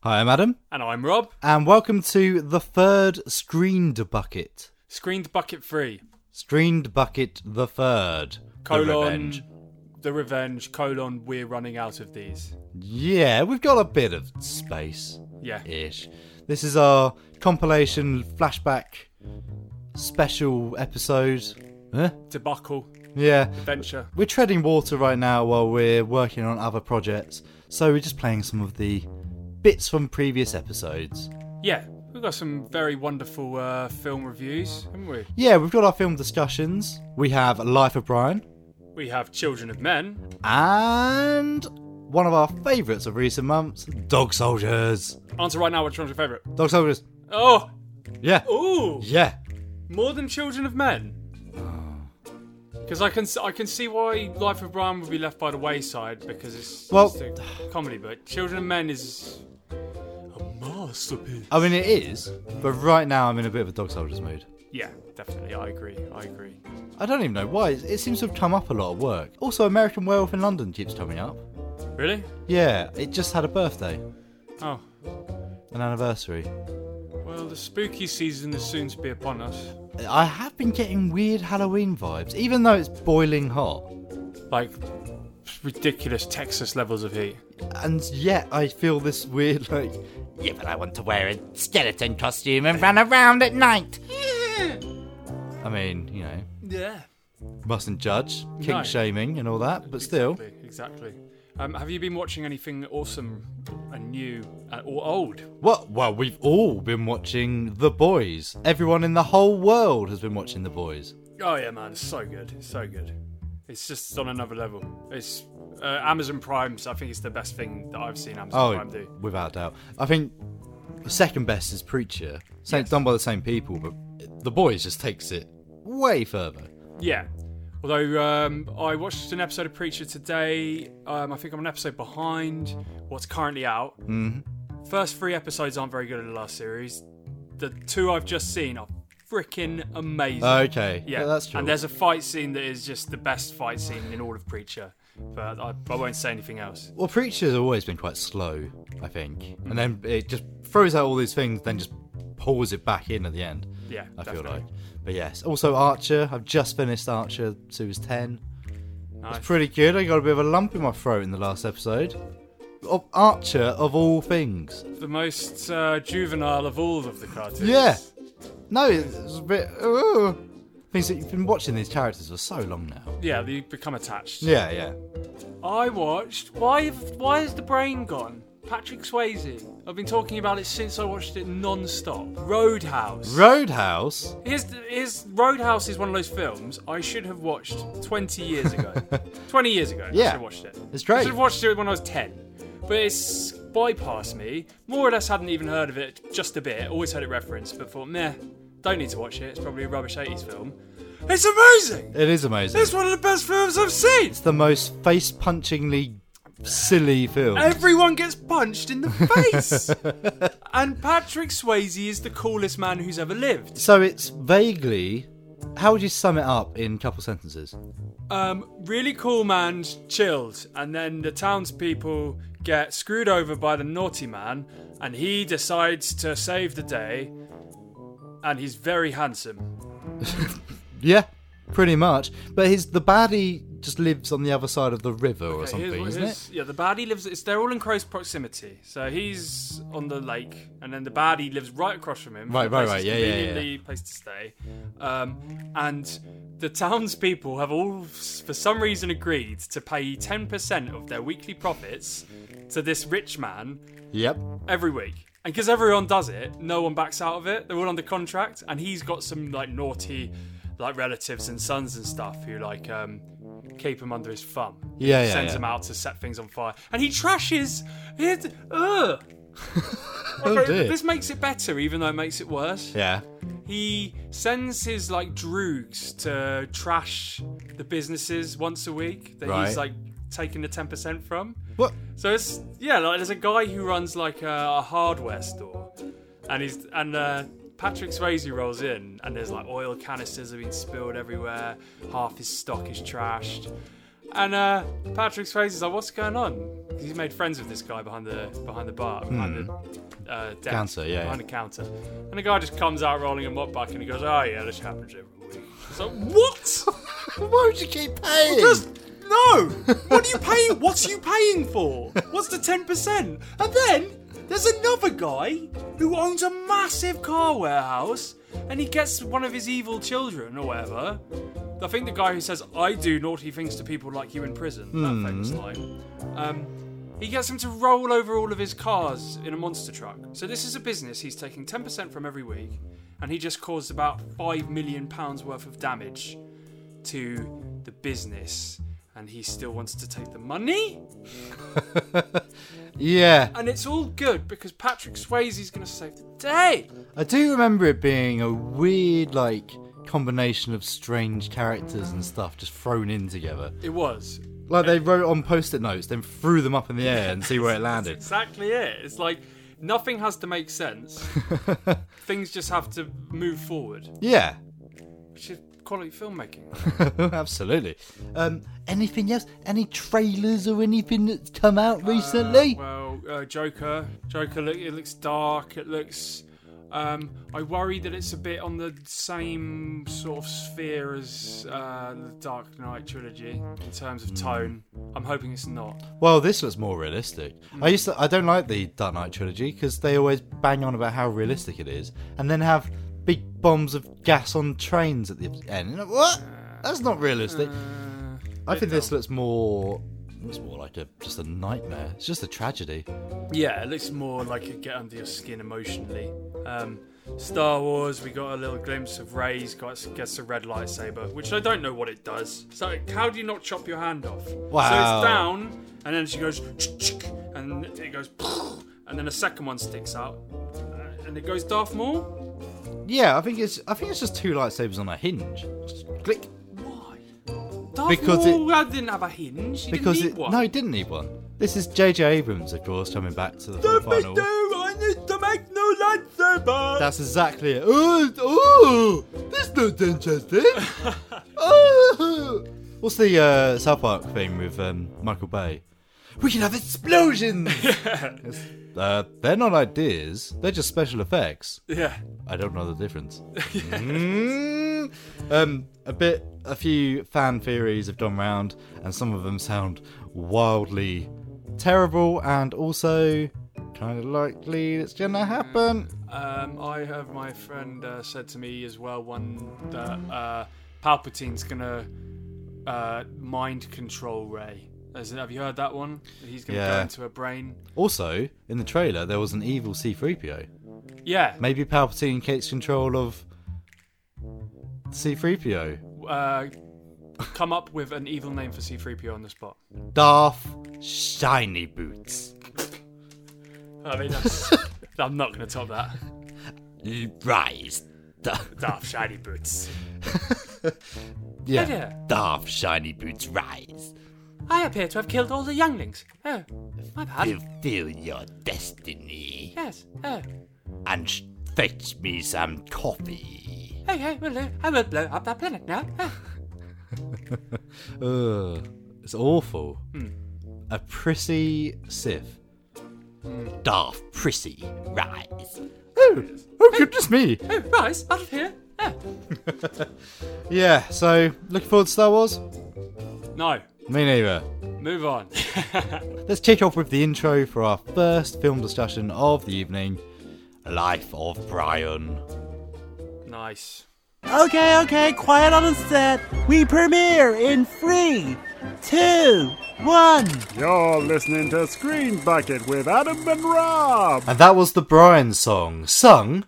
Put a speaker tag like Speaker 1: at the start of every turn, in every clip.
Speaker 1: Hi, I'm Adam,
Speaker 2: And I'm Rob.
Speaker 1: and welcome to the third Screened Bucket.
Speaker 2: Screened Bucket 3.
Speaker 1: Screened Bucket the third.
Speaker 2: Colon.
Speaker 1: The revenge.
Speaker 2: The Revenge, colon, we're running out of these.
Speaker 1: Yeah, we've got a bit of space
Speaker 2: Yeah.
Speaker 1: ish. This is our compilation flashback special episode. Huh?
Speaker 2: Debacle,
Speaker 1: Yeah.
Speaker 2: adventure.
Speaker 1: We're treading water right now while we're working on other projects, so we're just playing some of the bits from previous episodes.
Speaker 2: Yeah, we've got some very wonderful uh, film reviews, haven't we?
Speaker 1: Yeah, we've got our film discussions. We have Life of Brian,
Speaker 2: We have Children of Men.
Speaker 1: and one of our favourites of recent months, Dog Soldiers.
Speaker 2: Answer right now which one's your favourite.
Speaker 1: Dog Soldiers.
Speaker 2: Oh,
Speaker 1: Yeah.
Speaker 2: ooh,
Speaker 1: Yeah.
Speaker 2: more than Children of Men. Because I can s- I can see why Life of Brian would be left by the wayside because it's
Speaker 1: Well-
Speaker 2: just a comedy, but Children of Men is a masterpiece.
Speaker 1: I mean, it is, but right now I'm in a bit of a Dog Soldiers mood.
Speaker 2: Yeah, definitely. I agree. I agree.
Speaker 1: I don't even know why. It it seems to have come up a lot of work. Also, American Werewolf in London keeps coming up.
Speaker 2: Really?
Speaker 1: Yeah, it just had a birthday,
Speaker 2: Oh.
Speaker 1: an anniversary.
Speaker 2: Well, the spooky season is soon to be upon us.
Speaker 1: I have been getting weird Halloween vibes, even though it's boiling hot.
Speaker 2: Like ridiculous Texas levels of heat.
Speaker 1: And yet I feel this weird, like,
Speaker 3: Yeah, but I want to wear a skeleton costume and run around at night.
Speaker 1: I mean, you know,
Speaker 2: Yeah.
Speaker 1: mustn't judge, kink
Speaker 2: No.
Speaker 1: shaming and all that, but still.
Speaker 2: Exactly. exactly. Um, have you been watching anything awesome and new uh, or old?
Speaker 1: What? Well, we've all been watching The Boys. Everyone in the whole world has been watching The Boys.
Speaker 2: Oh yeah, man, it's so good, it's so good. It's just on another level. It's uh, Amazon Prime's. I think it's the best thing that I've seen Amazon
Speaker 1: Oh,
Speaker 2: Prime do.
Speaker 1: without doubt. I think the second best is Preacher. Same, Done by the same people, but The Boys just takes it way further.
Speaker 2: Yeah. Although um, I watched an episode of Preacher today, um, I think I'm an episode behind what's currently out. Mm-hmm. First three episodes aren't very good in the last series. The two I've just seen are freaking amazing.
Speaker 1: Okay.
Speaker 2: yeah.
Speaker 1: that's true.
Speaker 2: And there's a fight scene that is just the best fight scene in all of Preacher. But I, I won't say anything else.
Speaker 1: Well, Preacher's always been quite slow, I think. And then it just throws out all these things, then just pulls it back in at the end,
Speaker 2: Yeah,
Speaker 1: I feel
Speaker 2: definitely.
Speaker 1: like. But yes. Also, Archer. I've just finished Archer Series 10.
Speaker 2: Nice.
Speaker 1: Pretty good. I got a bit of a lump in my throat in the last episode. Of Archer, of all things.
Speaker 2: the most uh, juvenile of all of the cartoons.
Speaker 1: Yeah. No, it's a bit. Ooh. Things that you've been watching these characters for so long now.
Speaker 2: Yeah, they become attached.
Speaker 1: Yeah, yeah.
Speaker 2: I watched. Why? Why is the brain gone? Patrick Swayze. I've been talking about it since I watched it non-stop. Roadhouse.
Speaker 1: Roadhouse.
Speaker 2: Here's, here's Roadhouse is one of those films I should have watched 20 years ago. 20 years ago, I
Speaker 1: Yeah.
Speaker 2: should have watched it.
Speaker 1: It's great.
Speaker 2: I should have watched it when I was 10. But it's bypassed me. More or less hadn't even heard of it, just a bit. Always heard it referenced, but thought, meh, don't need to watch it. It's probably a rubbish 80s film. It's amazing!
Speaker 1: It is amazing.
Speaker 2: It's one of the best films I've seen!
Speaker 1: It's the most face punchingly silly film.
Speaker 2: Everyone gets punched in the face. and Patrick Swayze is the coolest man who's ever lived.
Speaker 1: So it's vaguely. How would you sum it up in a couple sentences?
Speaker 2: Um, really cool man, chilled, and then the townspeople get screwed over by the naughty man, and he decides to save the day. And he's very handsome.
Speaker 1: Yeah, pretty much. But his the baddie just lives on the other side of the river or
Speaker 2: Here's
Speaker 1: something,
Speaker 2: what-
Speaker 1: isn't
Speaker 2: here's-
Speaker 1: it?
Speaker 2: Yeah, the baddie lives. It's, they're all in close proximity, so he's on the lake, and then the baddie lives right across from him.
Speaker 1: Right,
Speaker 2: The
Speaker 1: right,
Speaker 2: place
Speaker 1: right,
Speaker 2: is
Speaker 1: yeah, yeah, yeah.
Speaker 2: Conveniently place to stay, um, and the townspeople have all, s- for some reason, agreed to pay ten percent of their weekly profits to this rich man
Speaker 1: Yep.
Speaker 2: every week. And because everyone does it, no one backs out of it. They're all under contract, and he's got some like naughty, like relatives and sons and stuff who like um, keep him under his thumb.
Speaker 1: Yeah, yeah,
Speaker 2: Sends
Speaker 1: yeah.
Speaker 2: him out to set things on fire, and he trashes it. Ugh.
Speaker 1: Oh dear.
Speaker 2: This makes it better, even though it makes it worse.
Speaker 1: Yeah.
Speaker 2: He sends his like droogs to trash the businesses once a week that
Speaker 1: Right.
Speaker 2: he's like taking the ten percent from.
Speaker 1: What?
Speaker 2: So it's yeah, like there's a guy who runs like a, a hardware store, and he's and uh, Patrick Swayze rolls in, and there's like oil canisters have been spilled everywhere, half his stock is trashed, and uh, Patrick Swayze's like, "What's going on?" 'cause he's made friends with this guy behind the behind the bar, behind the uh, desk,
Speaker 1: Hmm. Counter, yeah,
Speaker 2: behind
Speaker 1: yeah.
Speaker 2: the counter, and the guy just comes out rolling a mop buck, and he goes, "Oh yeah, this happens every week." It's like what?
Speaker 1: Why would you keep paying?
Speaker 2: Just no. What are you paying? What are you paying for? What's the ten percent? And then there's another guy who owns a massive car warehouse, and he gets one of his evil children or whatever. I think the guy who says I do naughty things to people like you in prison, that famous line. Um, he gets him to roll over all of his cars in a monster truck. So this is a business he's taking 10% from every week, and he just caused about five million pounds worth of damage to the business and he still wants to take the money
Speaker 1: yeah.
Speaker 2: and it's all good because Patrick Swayze's going to save the day.
Speaker 1: I do remember it being a weird, like, combination of strange characters and stuff just thrown in together.
Speaker 2: It was.
Speaker 1: Like, they wrote on post it notes, then threw them up in the air and see where it landed.
Speaker 2: Exactly it. It's like nothing has to make sense. Things just have to move forward,
Speaker 1: Yeah,
Speaker 2: which is quality filmmaking.
Speaker 1: absolutely. Um, anything else? Any trailers or anything that's come out recently?
Speaker 2: Uh, Well, uh, Joker, Joker, look, it looks dark. It looks. Um, I worry that it's a bit on the same sort of sphere as uh, the Dark Knight trilogy in terms of tone. I'm hoping it's not.
Speaker 1: Well, this was more realistic. I used to, I don't like the Dark Knight trilogy because they always bang on about how realistic it is, and then have big bombs of gas on trains at the end. You're like, what? That's not realistic.
Speaker 2: uh,
Speaker 1: I think this looks more. It's more like a just a nightmare. It's just a tragedy.
Speaker 2: Yeah, it looks more like a get under your skin emotionally. Um, Star Wars, we got a little glimpse of Ray's got gets a red lightsaber, which I don't know what it does. So how do you not chop your hand off? So
Speaker 1: Wow.
Speaker 2: it's down, and then she goes, and it goes, and then a second one sticks out, uh, and it goes Darth Maul.
Speaker 1: Yeah, I think it's I think it's just two lightsabers on a hinge. Just click
Speaker 2: Why? Darth
Speaker 1: Because it-
Speaker 2: Maul uh, didn't have a hinge. He
Speaker 1: because
Speaker 2: didn't need
Speaker 1: it
Speaker 2: one.
Speaker 1: no, it didn't need one. This is J.J. Abrams, of course, coming back to the final.
Speaker 2: I need to make no lightsaber.
Speaker 1: That's exactly it. Ooh, ooh, this looks interesting.
Speaker 4: Oh!
Speaker 1: ooh. What's the uh, South Park theme with um, Michael Bay? We can have explosions. It's- uh, they're not ideas. They're just special effects.
Speaker 2: yeah.
Speaker 1: I don't know the difference. Mm. Um, a bit, a few fan theories have gone round, and some of them sound wildly terrible, and also kind of likely it's
Speaker 2: Mm,
Speaker 1: gonna happen.
Speaker 2: Um, I have my friend uh, said to me as well one that uh, Palpatine's gonna uh, mind control Ray. As in, have you heard that one? That He's gonna go
Speaker 1: Yeah.
Speaker 2: into her brain.
Speaker 1: Also, in the trailer, there was an evil C3PO.
Speaker 2: Yeah,
Speaker 1: Maybe Palpatine takes control of C3PO.
Speaker 2: uh, come up with an evil name for C-3PO on the spot.
Speaker 1: Darth Shiny Boots.
Speaker 2: I mean, that's, I'm not gonna top that.
Speaker 1: Rise.
Speaker 2: Darth Shiny Boots.
Speaker 1: Yeah.
Speaker 2: Yeah.
Speaker 1: Darth Shiny Boots, rise.
Speaker 2: I appear to have killed all the younglings. Oh, my bad.
Speaker 3: Fulfill your destiny
Speaker 2: Yes. Oh,
Speaker 3: and sh- fetch me some coffee.
Speaker 2: okay. Well, uh, I will blow up that planet now. Ah.
Speaker 1: Ugh. It's awful.
Speaker 3: Hmm.
Speaker 1: A prissy Sith.
Speaker 3: Darth Prissy, rise.
Speaker 1: Oh, oh goodness me.
Speaker 2: Oh, rise out of here. Ah.
Speaker 1: Yeah, so looking forward to Star Wars?
Speaker 2: No,
Speaker 1: Me neither.
Speaker 2: move on.
Speaker 1: Let's kick off with the intro for our first film discussion of the evening Life of Brian.
Speaker 2: nice.
Speaker 4: Okay, okay, quiet on the set. We premiere in three, two, one.
Speaker 5: You're listening to Screen Bucket with Adam and Rob.
Speaker 1: And that was the Brian song, sung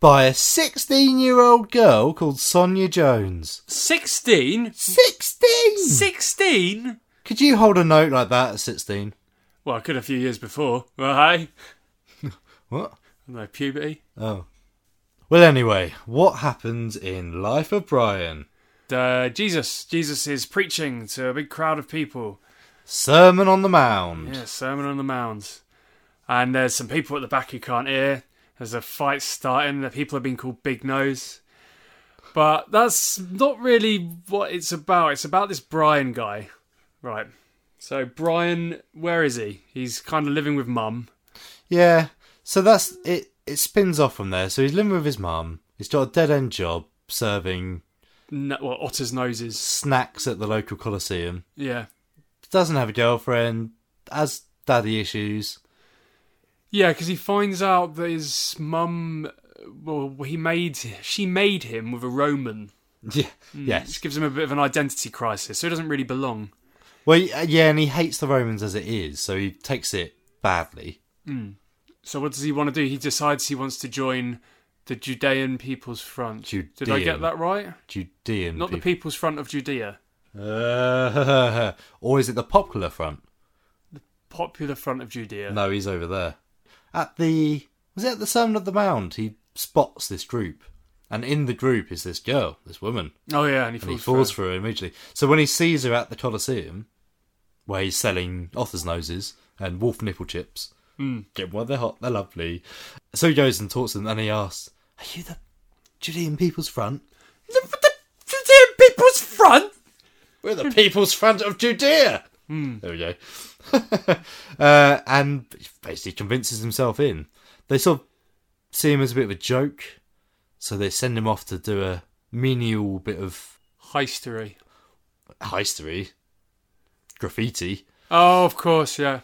Speaker 1: by a 16 year old girl called Sonia Jones.
Speaker 2: 16?
Speaker 1: 16!
Speaker 2: 16?
Speaker 1: Could you hold a note like that at 16?
Speaker 2: Well, I could a few years before. Well, hey,
Speaker 1: What?
Speaker 2: no puberty.
Speaker 1: Oh. Well, anyway, what happens in Life of Brian?
Speaker 2: Uh, Jesus, Jesus is preaching to a big crowd of people.
Speaker 1: Sermon on the Mound.
Speaker 2: Yeah, Sermon on the Mound. And there's some people at the back who can't hear. There's a fight starting. The people have been called Big Nose. But that's not really what it's about. It's about this Brian guy. Right. So Brian, where is he? He's kind of living with mum.
Speaker 1: Yeah. So that's it. It spins off from there. So he's living with his mum. He's got a dead end job serving
Speaker 2: No, well, Otter's noses.
Speaker 1: snacks at the local coliseum.
Speaker 2: Yeah,
Speaker 1: Doesn't have a girlfriend. Has daddy issues.
Speaker 2: yeah, because he finds out that his mum, well, he made, she made him with a Roman.
Speaker 1: Yeah. Yes.
Speaker 2: This gives him a bit of an identity crisis, so he doesn't really belong.
Speaker 1: Well, uh, yeah, and he hates the Romans as it is, so he takes it badly.
Speaker 2: Hmm. So what does he want to do? He decides he wants to join the Judean People's Front. Did I
Speaker 1: Judean.
Speaker 2: get that right?
Speaker 1: Judean.
Speaker 2: Not the
Speaker 1: people.
Speaker 2: People's Front of Judea.
Speaker 1: Uh, or is it the Popular Front?
Speaker 2: Popular Front of Judea.
Speaker 1: No, he's over there. At the was it at the Sermon of the Mound? He spots this group, and in the group is this girl, this woman,
Speaker 2: Oh yeah, and he
Speaker 1: and
Speaker 2: falls,
Speaker 1: he falls
Speaker 2: for
Speaker 1: for her immediately. So when he sees her at the Colosseum, where he's selling otters noses and wolf nipple chips,
Speaker 2: Hmm.
Speaker 1: get one. They're hot. They're lovely. So he goes and talks to them, and he asks, "Are you the Judean People's Front?"
Speaker 2: it. The Judean People's Front.
Speaker 1: We're the people's front of Judea. There we go. uh, and basically convinces himself in. They sort of see him as a bit of a joke, so they send him off to do a menial bit of
Speaker 2: Heistery.
Speaker 1: heistery, graffiti.
Speaker 2: Oh, of course, yeah.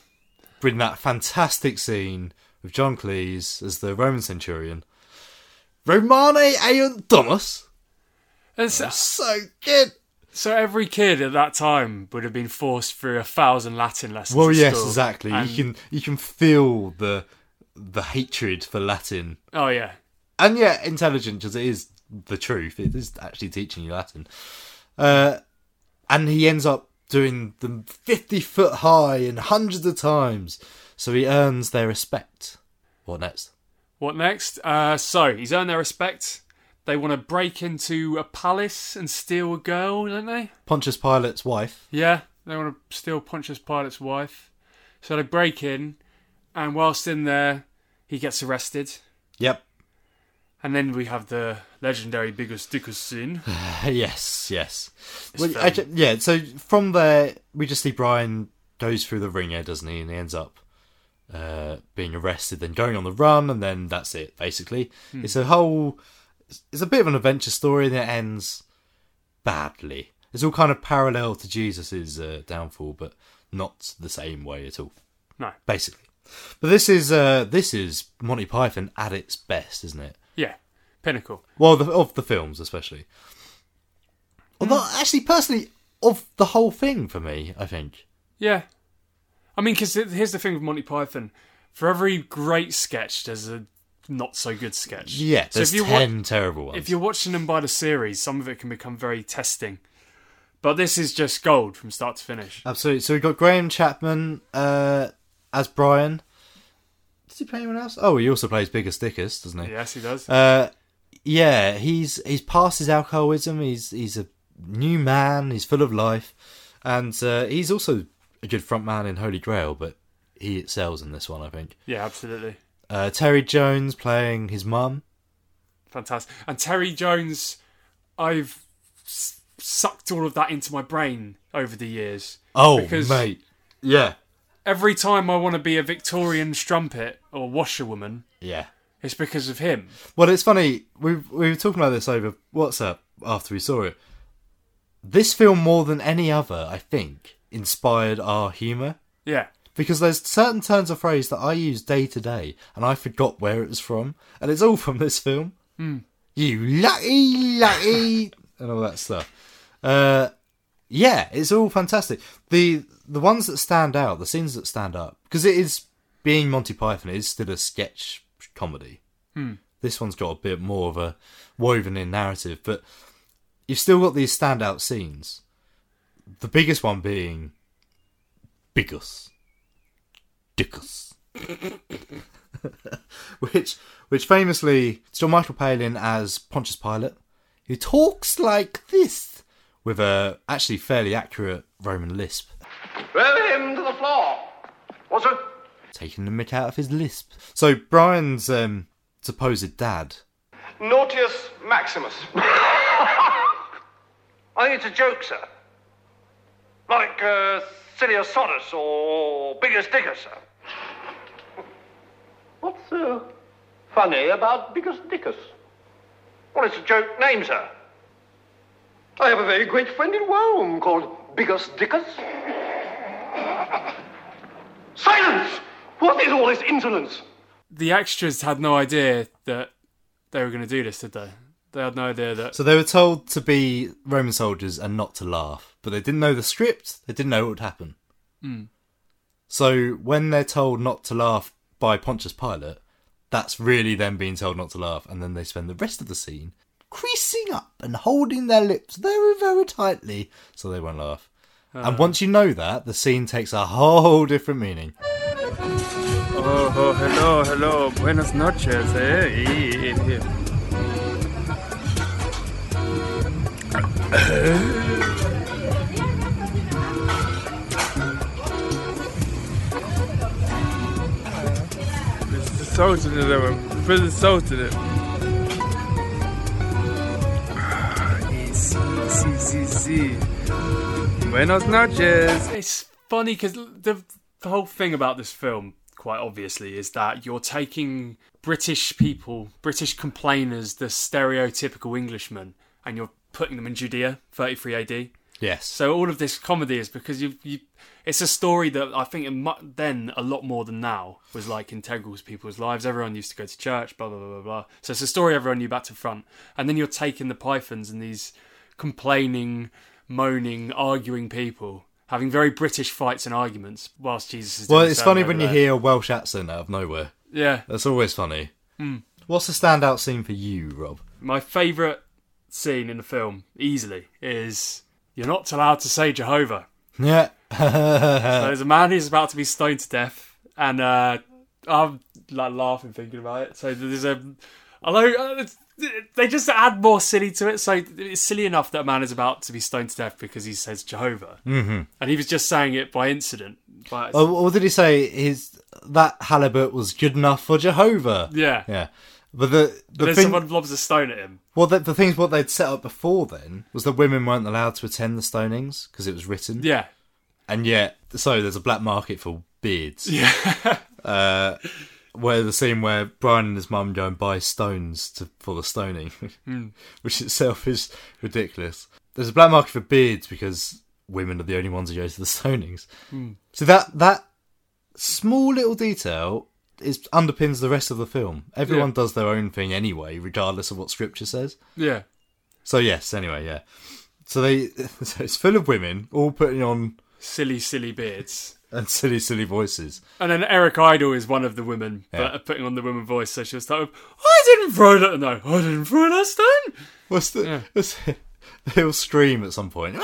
Speaker 1: Bring that fantastic scene with John Cleese as the Roman centurion. Romane aiunt domus.
Speaker 2: And so,
Speaker 1: So good.
Speaker 2: so every kid at that time would have been forced through a thousand Latin lessons.
Speaker 1: Well,
Speaker 2: at
Speaker 1: yes,
Speaker 2: school.
Speaker 1: exactly.
Speaker 2: And-
Speaker 1: You can you can feel the the hatred for Latin,
Speaker 2: Oh yeah,
Speaker 1: and yet intelligent because it is the truth. It is actually teaching you Latin. Uh, and he ends up doing them fifty foot high and hundreds of times, so he earns their respect. What next?
Speaker 2: What next? Uh, so he's earned their respect. They want to break into a palace and steal a girl, don't they?
Speaker 1: Pontius Pilate's wife.
Speaker 2: Yeah, they want to steal Pontius Pilate's wife. So they break in, and whilst in there, he gets arrested.
Speaker 1: Yep.
Speaker 2: And then we have the legendary biggest dickus scene.
Speaker 1: yes, yes. Well, actually, yeah, so from there, we just see Brian goes through the ringer, doesn't he? And he ends up uh, being arrested, then going on the run, and then that's it, basically. It's a whole. It's a bit of an adventure story, and it ends badly. It's all kind of parallel to Jesus's uh, downfall, but not the same way at all.
Speaker 2: No.
Speaker 1: Basically. But this is uh, this is Monty Python at its best, isn't it?
Speaker 2: Yeah, pinnacle.
Speaker 1: Well, the, of the films, especially. Although, actually, personally, of the whole thing for me, I think.
Speaker 2: Yeah. I mean, because here's the thing with Monty Python. For every great sketch, there's a not so good sketch.
Speaker 1: Yeah,
Speaker 2: So
Speaker 1: there's
Speaker 2: if you wa-
Speaker 1: ten terrible ones.
Speaker 2: if you're watching them by the series, some of it can become very testing. But this is just gold from start to finish.
Speaker 1: Absolutely. So we've got Graham Chapman uh, as Brian. Does he play anyone else? Oh, he also plays Bigger Stickers, doesn't he?
Speaker 2: Yes, he does.
Speaker 1: Uh, yeah, he's he's past his alcoholism. He's he's a new man. He's full of life, and uh, he's also a good front man in Holy Grail. But he excels in this one, I think.
Speaker 2: yeah, absolutely.
Speaker 1: Uh, Terry Jones playing his mum.
Speaker 2: Fantastic. And Terry Jones, I've s- sucked all of that into my brain over the years.
Speaker 1: Oh,
Speaker 2: Because-
Speaker 1: mate. Yeah.
Speaker 2: Every time I want to be a Victorian strumpet or washerwoman,
Speaker 1: Yeah.
Speaker 2: it's because of him.
Speaker 1: Well, it's funny. We we were talking about this over WhatsApp after we saw it. This film, more than any other, I think, inspired our humour
Speaker 2: Yeah.
Speaker 1: because there's certain turns of phrase that I use day to day, and I forgot where it was from, and it's all from this film. You lucky, lucky, and all that stuff. Uh, yeah, it's all fantastic. the The ones that stand out, the scenes that stand out, because it is being Monty Python it is still a sketch comedy. This one's got a bit more of a woven in narrative, but you've still got these standout scenes. The biggest one being Bigus. Dickus. which which famously it's John Michael Palin as Pontius Pilate, who talks like this with a actually fairly accurate Roman lisp,
Speaker 6: Throw him to the floor. What's it?
Speaker 1: taking the mick out of his lisp. So Brian's um, supposed dad.
Speaker 6: Nautius Maximus. I think it's a joke, sir. Like uh, Sirius Sodus or Biggest Digger, sir. What's so funny about Biggest Dickus? Well, it's a joke name, sir. I have a very great friend in Rome called Biggest Dickus. Silence! What is all this insolence?
Speaker 2: The extras had no idea that they were going to do this, did they? They had no idea that.
Speaker 1: So they were told to be Roman soldiers and not to laugh, but they didn't know the script. They didn't know what would happen.
Speaker 2: Hmm.
Speaker 1: So when they're told not to laugh by Pontius Pilate, that's really them being told not to laugh, and then they spend the rest of the scene creasing up and holding their lips very, very tightly so they won't laugh.
Speaker 2: Uh.
Speaker 1: and once you know that, the scene takes a whole different meaning.
Speaker 7: Oh, oh, hello, hello, buenas noches, eh? Eh, eh, eh. There's the salt in it, everyone. Put the salt in it. Ah, eh, Si, si, si, si. Buenas noches.
Speaker 2: It's funny because the, the whole thing about this film, quite obviously, is that you're taking British people, British complainers, the stereotypical Englishmen, and you're putting them in Judea, 33 AD.
Speaker 1: Yes.
Speaker 2: So all of this comedy is because you, you it's a story that I think it mu- then a lot more than now was like integral to people's lives. Everyone used to go to church, blah blah blah blah blah. So it's a story everyone knew back to front, and then you're taking the pythons and these complaining, moaning, arguing people having very British fights and arguments whilst Jesus is.
Speaker 1: well,
Speaker 2: doing the
Speaker 1: it's
Speaker 2: same
Speaker 1: funny
Speaker 2: over
Speaker 1: when you
Speaker 2: there.
Speaker 1: hear a Welsh accent out of nowhere.
Speaker 2: Yeah, Hmm.
Speaker 1: That's always funny. What's the standout scene for you, Rob?
Speaker 2: my favourite scene in the film easily is you're not allowed to say Jehovah.
Speaker 1: Yeah.
Speaker 2: So there's a man who's about to be stoned to death, and uh, I'm like laughing thinking about it. So there's a, although uh, it's- they just add more silly to it. So it's silly enough that a man is about to be stoned to death because he says Jehovah, mm-hmm. and he was just saying it by incident. But
Speaker 1: Oh, what did he say? His that halibut was good enough for Jehovah.
Speaker 2: yeah.
Speaker 1: Yeah. But the the
Speaker 2: Then
Speaker 1: thing,
Speaker 2: someone lobs a stone at him.
Speaker 1: well, the, the things what they'd set up before then was that women weren't allowed to attend the stonings because it was written.
Speaker 2: Yeah,
Speaker 1: And yet, so there's a black market for beards. Yeah. uh, where the scene where Brian and his mum go and buy stones to, for the stoning,
Speaker 2: Hmm.
Speaker 1: which itself is ridiculous. There's a black market for beards because women are the only ones who go to the stonings.
Speaker 2: Hmm.
Speaker 1: So that that small little detail is underpins the rest of the film. Everyone
Speaker 2: Yeah.
Speaker 1: does their own thing anyway, regardless of what scripture says.
Speaker 2: yeah.
Speaker 1: So yes, anyway, yeah. So they so it's full of women all putting on
Speaker 2: Silly, silly beards.
Speaker 1: and silly, silly voices.
Speaker 2: And then Eric Idle is one of the women,
Speaker 1: Yeah.
Speaker 2: but uh, putting on the woman voice, so she'll start with, "Oh, I didn't throw that, no, I didn't throw that stone.
Speaker 1: What's the? What's the they'll scream at some point.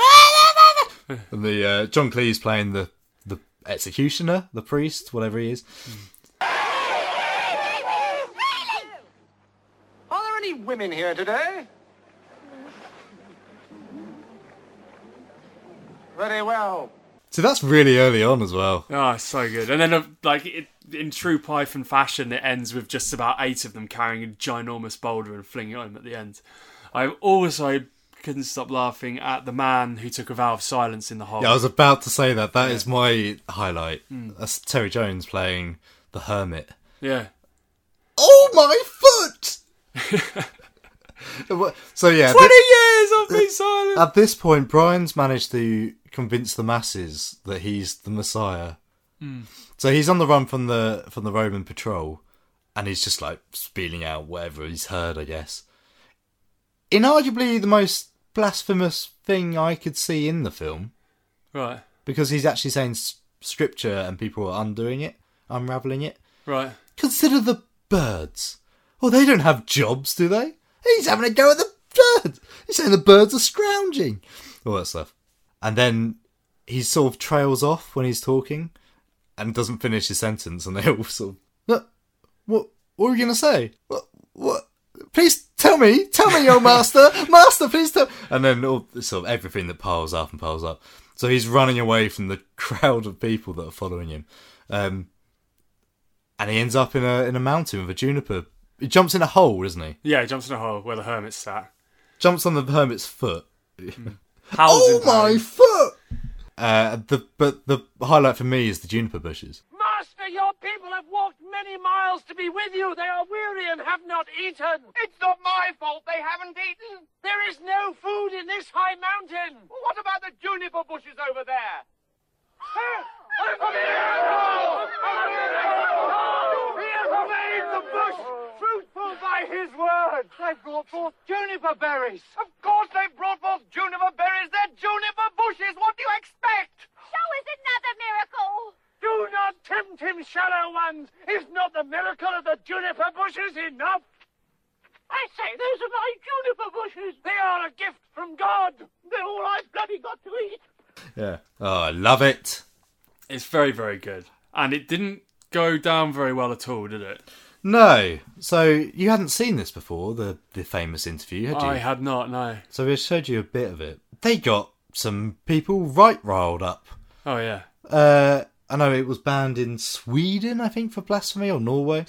Speaker 1: and the uh, John Cleese playing the the executioner, the priest, whatever he is.
Speaker 6: Are there any women here today? Very well.
Speaker 1: So that's really early on as well.
Speaker 2: Oh, it's so good. And then, uh, like, it, in true Python fashion, it ends with just about eight of them carrying a ginormous boulder and flinging it at him at the end. I also couldn't stop laughing at the man who took a vow of silence in the hole.
Speaker 1: Yeah, I was about to say that. That is my highlight. That's Terry Jones playing the hermit.
Speaker 2: Yeah.
Speaker 1: Oh my foot! so yeah, thi-
Speaker 2: 20 years of me silent!
Speaker 1: at this uh, point, Brian's managed to convince the masses that he's the Messiah.
Speaker 2: Hmm.
Speaker 1: So he's on the run from the from the Roman patrol, and he's just like spieling out whatever he's heard, I guess. Inarguably, the most blasphemous thing I could see in the film
Speaker 2: Right,
Speaker 1: because he's actually saying s- scripture and people are undoing it, unraveling it.
Speaker 2: right.
Speaker 1: Consider the birds. Oh, they don't have jobs, do they? He's having a go at the birds. He's saying the birds are scrounging. All that stuff. And then he sort of trails off when he's talking and doesn't finish his sentence, and they all sort of. "No, What, what were you going to say? What, what? Please tell me. Tell me, your master. master, please tell. And then all sort of everything that piles up and piles up. So he's running away from the crowd of people that are following him. Um, and he ends up in a in a mountain with a juniper. He jumps in a hole, doesn't he?
Speaker 2: Yeah, he jumps in a hole where the hermit sat.
Speaker 1: Jumps on the hermit's foot.
Speaker 2: Howls in
Speaker 1: Oh my
Speaker 2: pain.
Speaker 1: foot! Uh, the but the highlight for me is the juniper bushes.
Speaker 8: Master, your people have walked many miles to be with you. They are weary and have not eaten.
Speaker 6: It's not my fault they haven't eaten.
Speaker 8: There is no food in this high mountain.
Speaker 6: What about the juniper bushes over there? He has made the bush fruitful by his word. They brought forth juniper berries. Of course they brought forth juniper berries. They're juniper bushes. What do you expect?
Speaker 9: Show us another miracle.
Speaker 8: Do not tempt him, shallow ones. Is not the miracle of the juniper bushes enough? I say, those are my juniper bushes. They are a gift from God. They're all I've bloody got to eat.
Speaker 1: Yeah. Oh, I love it.
Speaker 2: It's very, very good. And it didn't go down very well at all, did it?
Speaker 1: No. So you hadn't seen this before, the the famous interview, had you?
Speaker 2: I had not, no.
Speaker 1: So we showed you a bit of it. They got some people right riled up.
Speaker 2: Oh, yeah.
Speaker 1: Uh, I know it was banned in Sweden, I think, for blasphemy or Norway.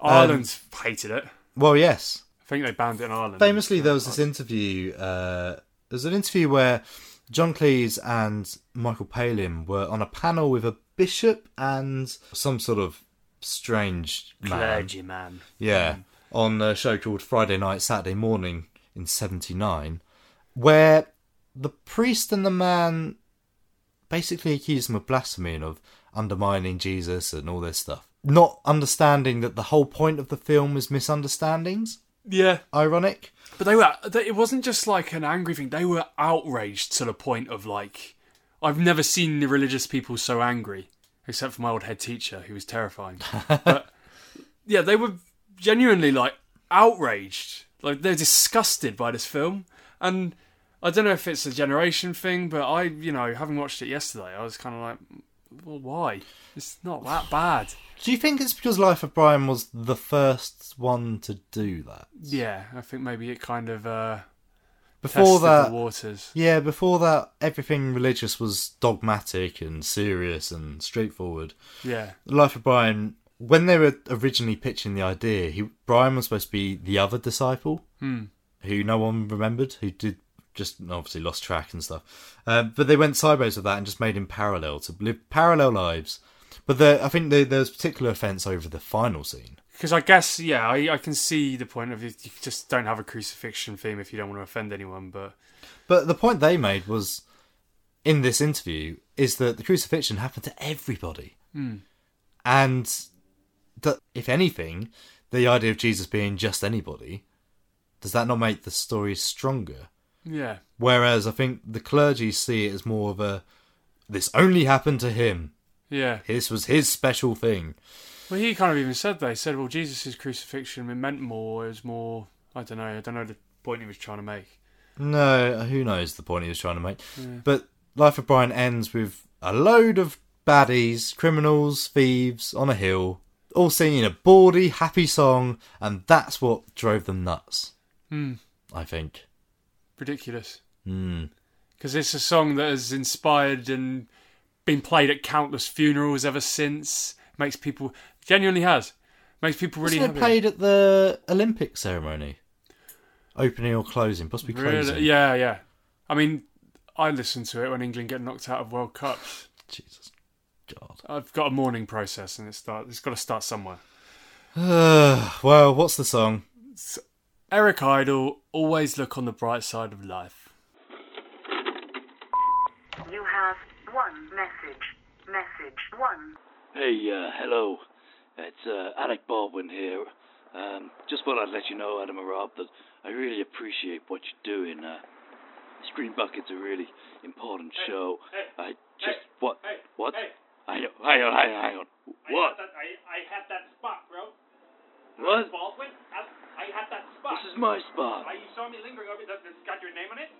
Speaker 1: Um,
Speaker 2: Ireland's hated it. I
Speaker 1: Well, yes.
Speaker 2: think they banned it in Ireland.
Speaker 1: Famously, there was this interview. Uh, there was an interview where John Cleese and Michael Palin were on a panel with a bishop and some sort of strange man.
Speaker 2: man.
Speaker 1: Yeah, on a show called Friday Night, Saturday Morning in 79, where the priest and the man basically accused him of blasphemy and of undermining Jesus and all this stuff. Not understanding that the whole point of the film is misunderstandings.
Speaker 2: Yeah,
Speaker 1: Ironic.
Speaker 2: but they were. They, it wasn't just like an angry thing. They were outraged to the point of like, I've never seen the religious people so angry, except for my old head teacher, who was terrifying. but yeah, they were genuinely like outraged. Like they're disgusted by this film, and I don't know if it's a generation thing, but I, you know, having watched it yesterday, I was kind of like, well, why? It's not that bad.
Speaker 1: Do you think it's because Life of Brian was the first one to do that?
Speaker 2: Yeah, I think maybe it kind of uh,
Speaker 1: Before
Speaker 2: tested
Speaker 1: that,
Speaker 2: the waters.
Speaker 1: Yeah, before that, everything religious was dogmatic and serious and straightforward.
Speaker 2: Yeah.
Speaker 1: Life of Brian, when they were originally pitching the idea, he Brian was supposed to be the other disciple
Speaker 2: Hmm.
Speaker 1: who no one remembered, who did just obviously lost track and stuff. Uh, but they went sideways with that and just made him parallel to live parallel lives. But the, I think the, there was particular offence over the final scene.
Speaker 2: Because I guess, yeah, I, I can see the point of it. You just don't have a crucifixion theme if you don't want to offend anyone. But
Speaker 1: But the point they made was in this interview is that the crucifixion happened to everybody, and that if anything, the idea of Jesus being just anybody does that not make the story stronger?
Speaker 2: yeah,
Speaker 1: Whereas I think the clergy see it as more of a this only happened to him.
Speaker 2: yeah.
Speaker 1: This was his special thing.
Speaker 2: Well, he kind of even said that. He said, well, Jesus' crucifixion it meant more. It was more, I don't know. I don't know the point he was trying to make.
Speaker 1: No, who knows the point he was trying to make. But Life of Brian ends with a load of baddies, criminals, thieves on a hill, all singing a bawdy, happy song, and that's what drove them nuts. Hmm. I think. Hmm.
Speaker 2: Ridiculous. Because it's a song that has inspired and been played at countless funerals ever since. Makes people, genuinely has. Makes people really
Speaker 1: Wasn't it
Speaker 2: happy.
Speaker 1: played at the Olympic ceremony? Opening or closing? Possibly closing.
Speaker 2: Really? Yeah, yeah. I mean, I listened to it when England get knocked out of World Cups.
Speaker 1: Jesus God.
Speaker 2: I've got a mourning process, and it start. It's got to start somewhere.
Speaker 1: well, what's the song?
Speaker 2: Eric Idle, always look on the bright side of life.
Speaker 10: You have one message. Message one.
Speaker 11: Hey, uh, hello. It's uh, Alec Baldwin here. Um, just thought I'd let you know, Adam and Rob, that I really appreciate what you're doing. Uh, Screen Bucket's a really important show. I just Uh, what what? I hang on, hang on, hang on. What?
Speaker 8: I, I had that spot, bro.
Speaker 11: What?
Speaker 8: Baldwin, I, I had that spot.
Speaker 11: This is my spot.
Speaker 8: you saw me lingering over that. That's got your name on it?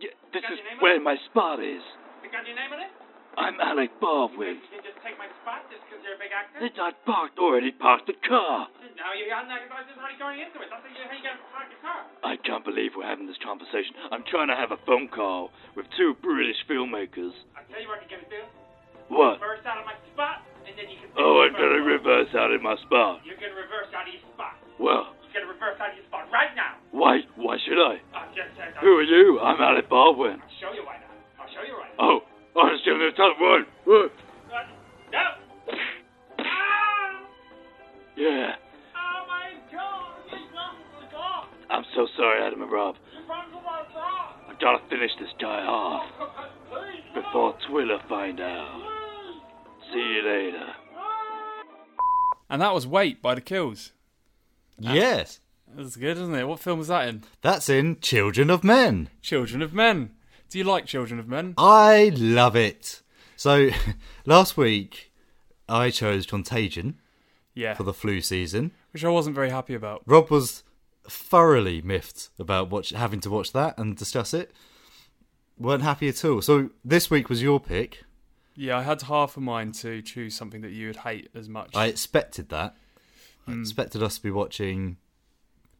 Speaker 11: Yeah, this
Speaker 8: Got
Speaker 11: is
Speaker 8: your name on
Speaker 11: where
Speaker 8: it?
Speaker 11: my spot is.
Speaker 8: It got your name on it?
Speaker 11: I'm Alec Baldwin.
Speaker 8: You just take my spot just because you're a big actor?
Speaker 11: Did I parked already parked the car?
Speaker 8: Now you're on that. I was just already going into it. That's how you how you got a front guitar.
Speaker 11: I can't believe we're having this conversation. I'm trying to have a phone call with two British filmmakers.
Speaker 8: I'll tell you what you're going to do.
Speaker 11: What?
Speaker 8: Reverse out of my spot, and then you can...
Speaker 11: Oh, I'm gonna reverse out of my spot.
Speaker 8: You're going to reverse out of your spot.
Speaker 11: Well,
Speaker 8: You're going to reverse out of your spot right now.
Speaker 11: why? Why should I?
Speaker 8: I'll just... I'll
Speaker 11: Who are you? I'm Alec Baldwin.
Speaker 8: show you why not. I'll show you why not.
Speaker 11: Oh, honest to I'm so sorry, Adam and Rob. I've got to finish this guy off before Twiller find out. See you later.
Speaker 2: And that was Wait by The Kills.
Speaker 1: Yes.
Speaker 2: That's good, isn't it? What film was that in?
Speaker 1: That's in Children of Men.
Speaker 2: Children of Men. Do you like Children of Men?
Speaker 1: I love it. So, last week I chose Contagion
Speaker 2: Yeah.
Speaker 1: for the flu season.
Speaker 2: Which I wasn't very happy about.
Speaker 1: Rob was thoroughly miffed about watch, having to watch that and discuss it. weren't happy at all. So this week was your pick.
Speaker 2: Yeah, I had half of mine to choose something that you would hate as much.
Speaker 1: I expected that. I
Speaker 2: Hmm.
Speaker 1: expected us to be watching.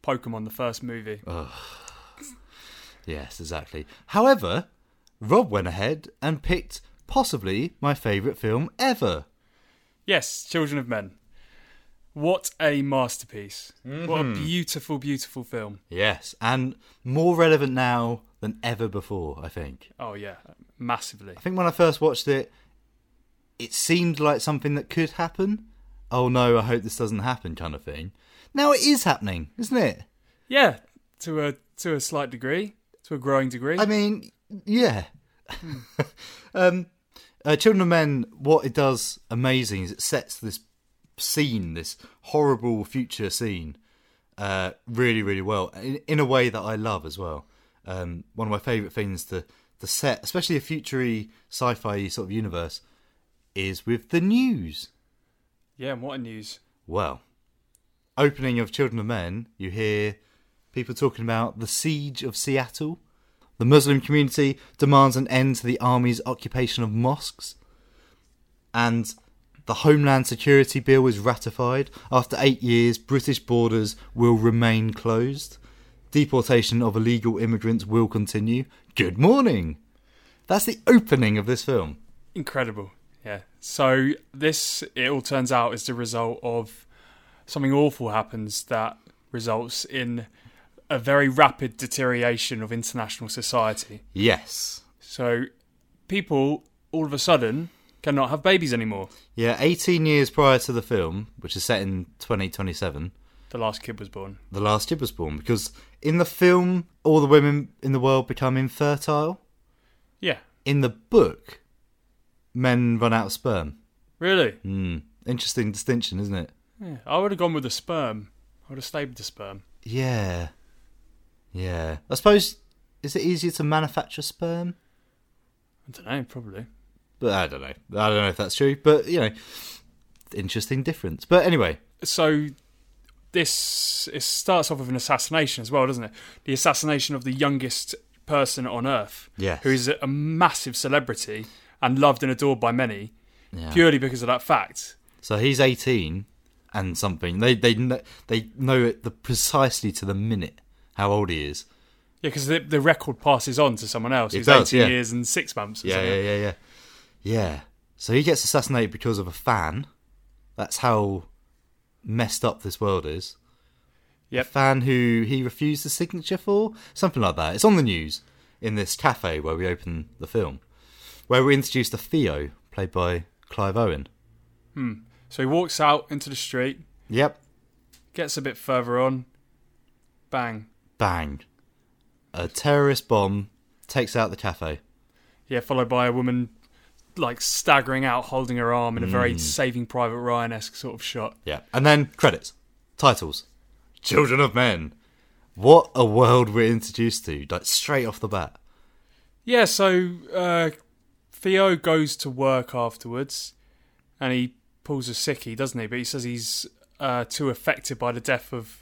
Speaker 2: Pokemon, the first movie.
Speaker 1: Ugh. yes, exactly. However, Rob went ahead and picked possibly my favourite film ever.
Speaker 2: Yes, Children of Men. What a masterpiece. What a
Speaker 1: Mhm.
Speaker 2: beautiful, beautiful film.
Speaker 1: Yes, and more relevant now than ever before, I think.
Speaker 2: Oh, yeah. Massively.
Speaker 1: I think when I first watched it, it seemed like something that could happen. Oh no, I hope this doesn't happen, kind of thing. Now it is happening, isn't it?
Speaker 2: Yeah, to a to a slight degree, to a growing degree.
Speaker 1: I mean, yeah. um, uh, Children of Men, what it does amazing is it sets this scene, this horrible future scene, uh, really, really well in, in a way that I love as well. Um, one of my favourite things to the set, especially a futury sci-fi sort of universe, is with the news.
Speaker 2: yeah, and what a news.
Speaker 1: Well, opening of Children of Men, you hear people talking about the siege of Seattle. The Muslim community demands an end to the army's occupation of mosques. And the Homeland Security Bill is ratified. After eight years, British borders will remain closed. Deportation of illegal immigrants will continue. Good morning! That's the opening of this film.
Speaker 2: Incredible. Yeah. So this it all turns out is the result of something awful happens that results in a very rapid deterioration of international society.
Speaker 1: Yes.
Speaker 2: So people all of a sudden cannot have babies anymore.
Speaker 1: Yeah, 18 years prior to the film, which is set in 2027,
Speaker 2: The last kid was born.
Speaker 1: the last kid was born because in the film all the women in the world become infertile
Speaker 2: Yeah.
Speaker 1: in the book men run out of sperm
Speaker 2: Really?
Speaker 1: Hmm. interesting distinction isn't it
Speaker 2: Yeah. I would have gone with the sperm. I would have stayed with the sperm.
Speaker 1: yeah yeah i suppose is it easier to manufacture sperm
Speaker 2: I don't know, probably.
Speaker 1: but i don't know i don't know if that's true but you know interesting difference but anyway
Speaker 2: so this it starts off with an assassination as well, doesn't it? The assassination of the youngest person on Earth,
Speaker 1: Yes.
Speaker 2: who is a massive celebrity and loved and adored by many,
Speaker 1: Yeah.
Speaker 2: purely because of that fact.
Speaker 1: so he's 18 and something they they kn- they know it the precisely to the minute how old he is
Speaker 2: Yeah, because the, the record passes on to someone else
Speaker 1: It
Speaker 2: who's
Speaker 1: does,
Speaker 2: 18
Speaker 1: yeah.
Speaker 2: years and six months. Or
Speaker 1: Yeah,
Speaker 2: something.
Speaker 1: yeah, yeah, yeah. Yeah. So he gets assassinated because of a fan. That's how messed up this world is.
Speaker 2: Yep.
Speaker 1: A fan who he refused the signature for? Something like that. It's on the news in this cafe where we open the film, where we introduce the Theo, played by Clive Owen.
Speaker 2: Hmm. So he walks out into the street,
Speaker 1: Yep.
Speaker 2: gets a bit further on, bang.
Speaker 1: Bang. A terrorist bomb takes out the cafe.
Speaker 2: Yeah, followed by a woman like staggering out, holding her arm in a very
Speaker 1: Mm.
Speaker 2: Saving Private Ryan esque sort of shot.
Speaker 1: Yeah. And then credits, titles, Children of Men. What a world we're introduced to, like straight off the bat.
Speaker 2: Yeah, so uh, Theo goes to work afterwards and he pulls a sickie, doesn't he? But he says he's uh, too affected by the death of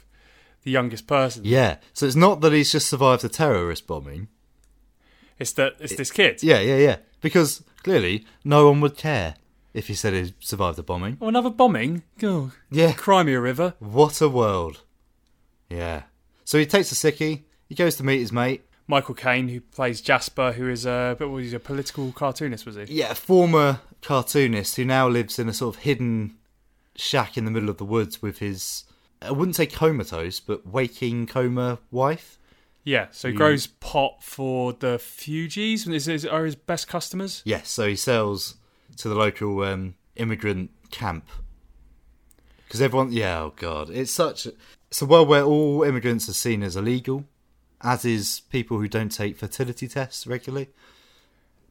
Speaker 2: the youngest person.
Speaker 1: Yeah. So it's not that he's just survived a terrorist bombing.
Speaker 2: It's that it's this kid.
Speaker 1: Yeah, yeah, yeah. Because clearly no one would care if he said he survived a bombing.
Speaker 2: Oh, another bombing? Oh,
Speaker 1: Yeah.
Speaker 2: Cry me a river.
Speaker 1: What a world. Yeah. So he takes a sickie, he goes to meet his mate.
Speaker 2: Michael Caine, who plays Jasper, who is a but was he a political cartoonist, was he?
Speaker 1: Yeah, a former cartoonist who now lives in a sort of hidden shack in the middle of the woods with his I wouldn't say comatose, but waking coma wife.
Speaker 2: Yeah. So he
Speaker 1: You-
Speaker 2: grows pot for the Fugees, and is, is are his best customers.
Speaker 1: Yes, so he sells to the local um, immigrant camp because everyone. Yeah, oh god, it's such It's a world where all immigrants are seen as illegal, as is people who don't take fertility tests regularly.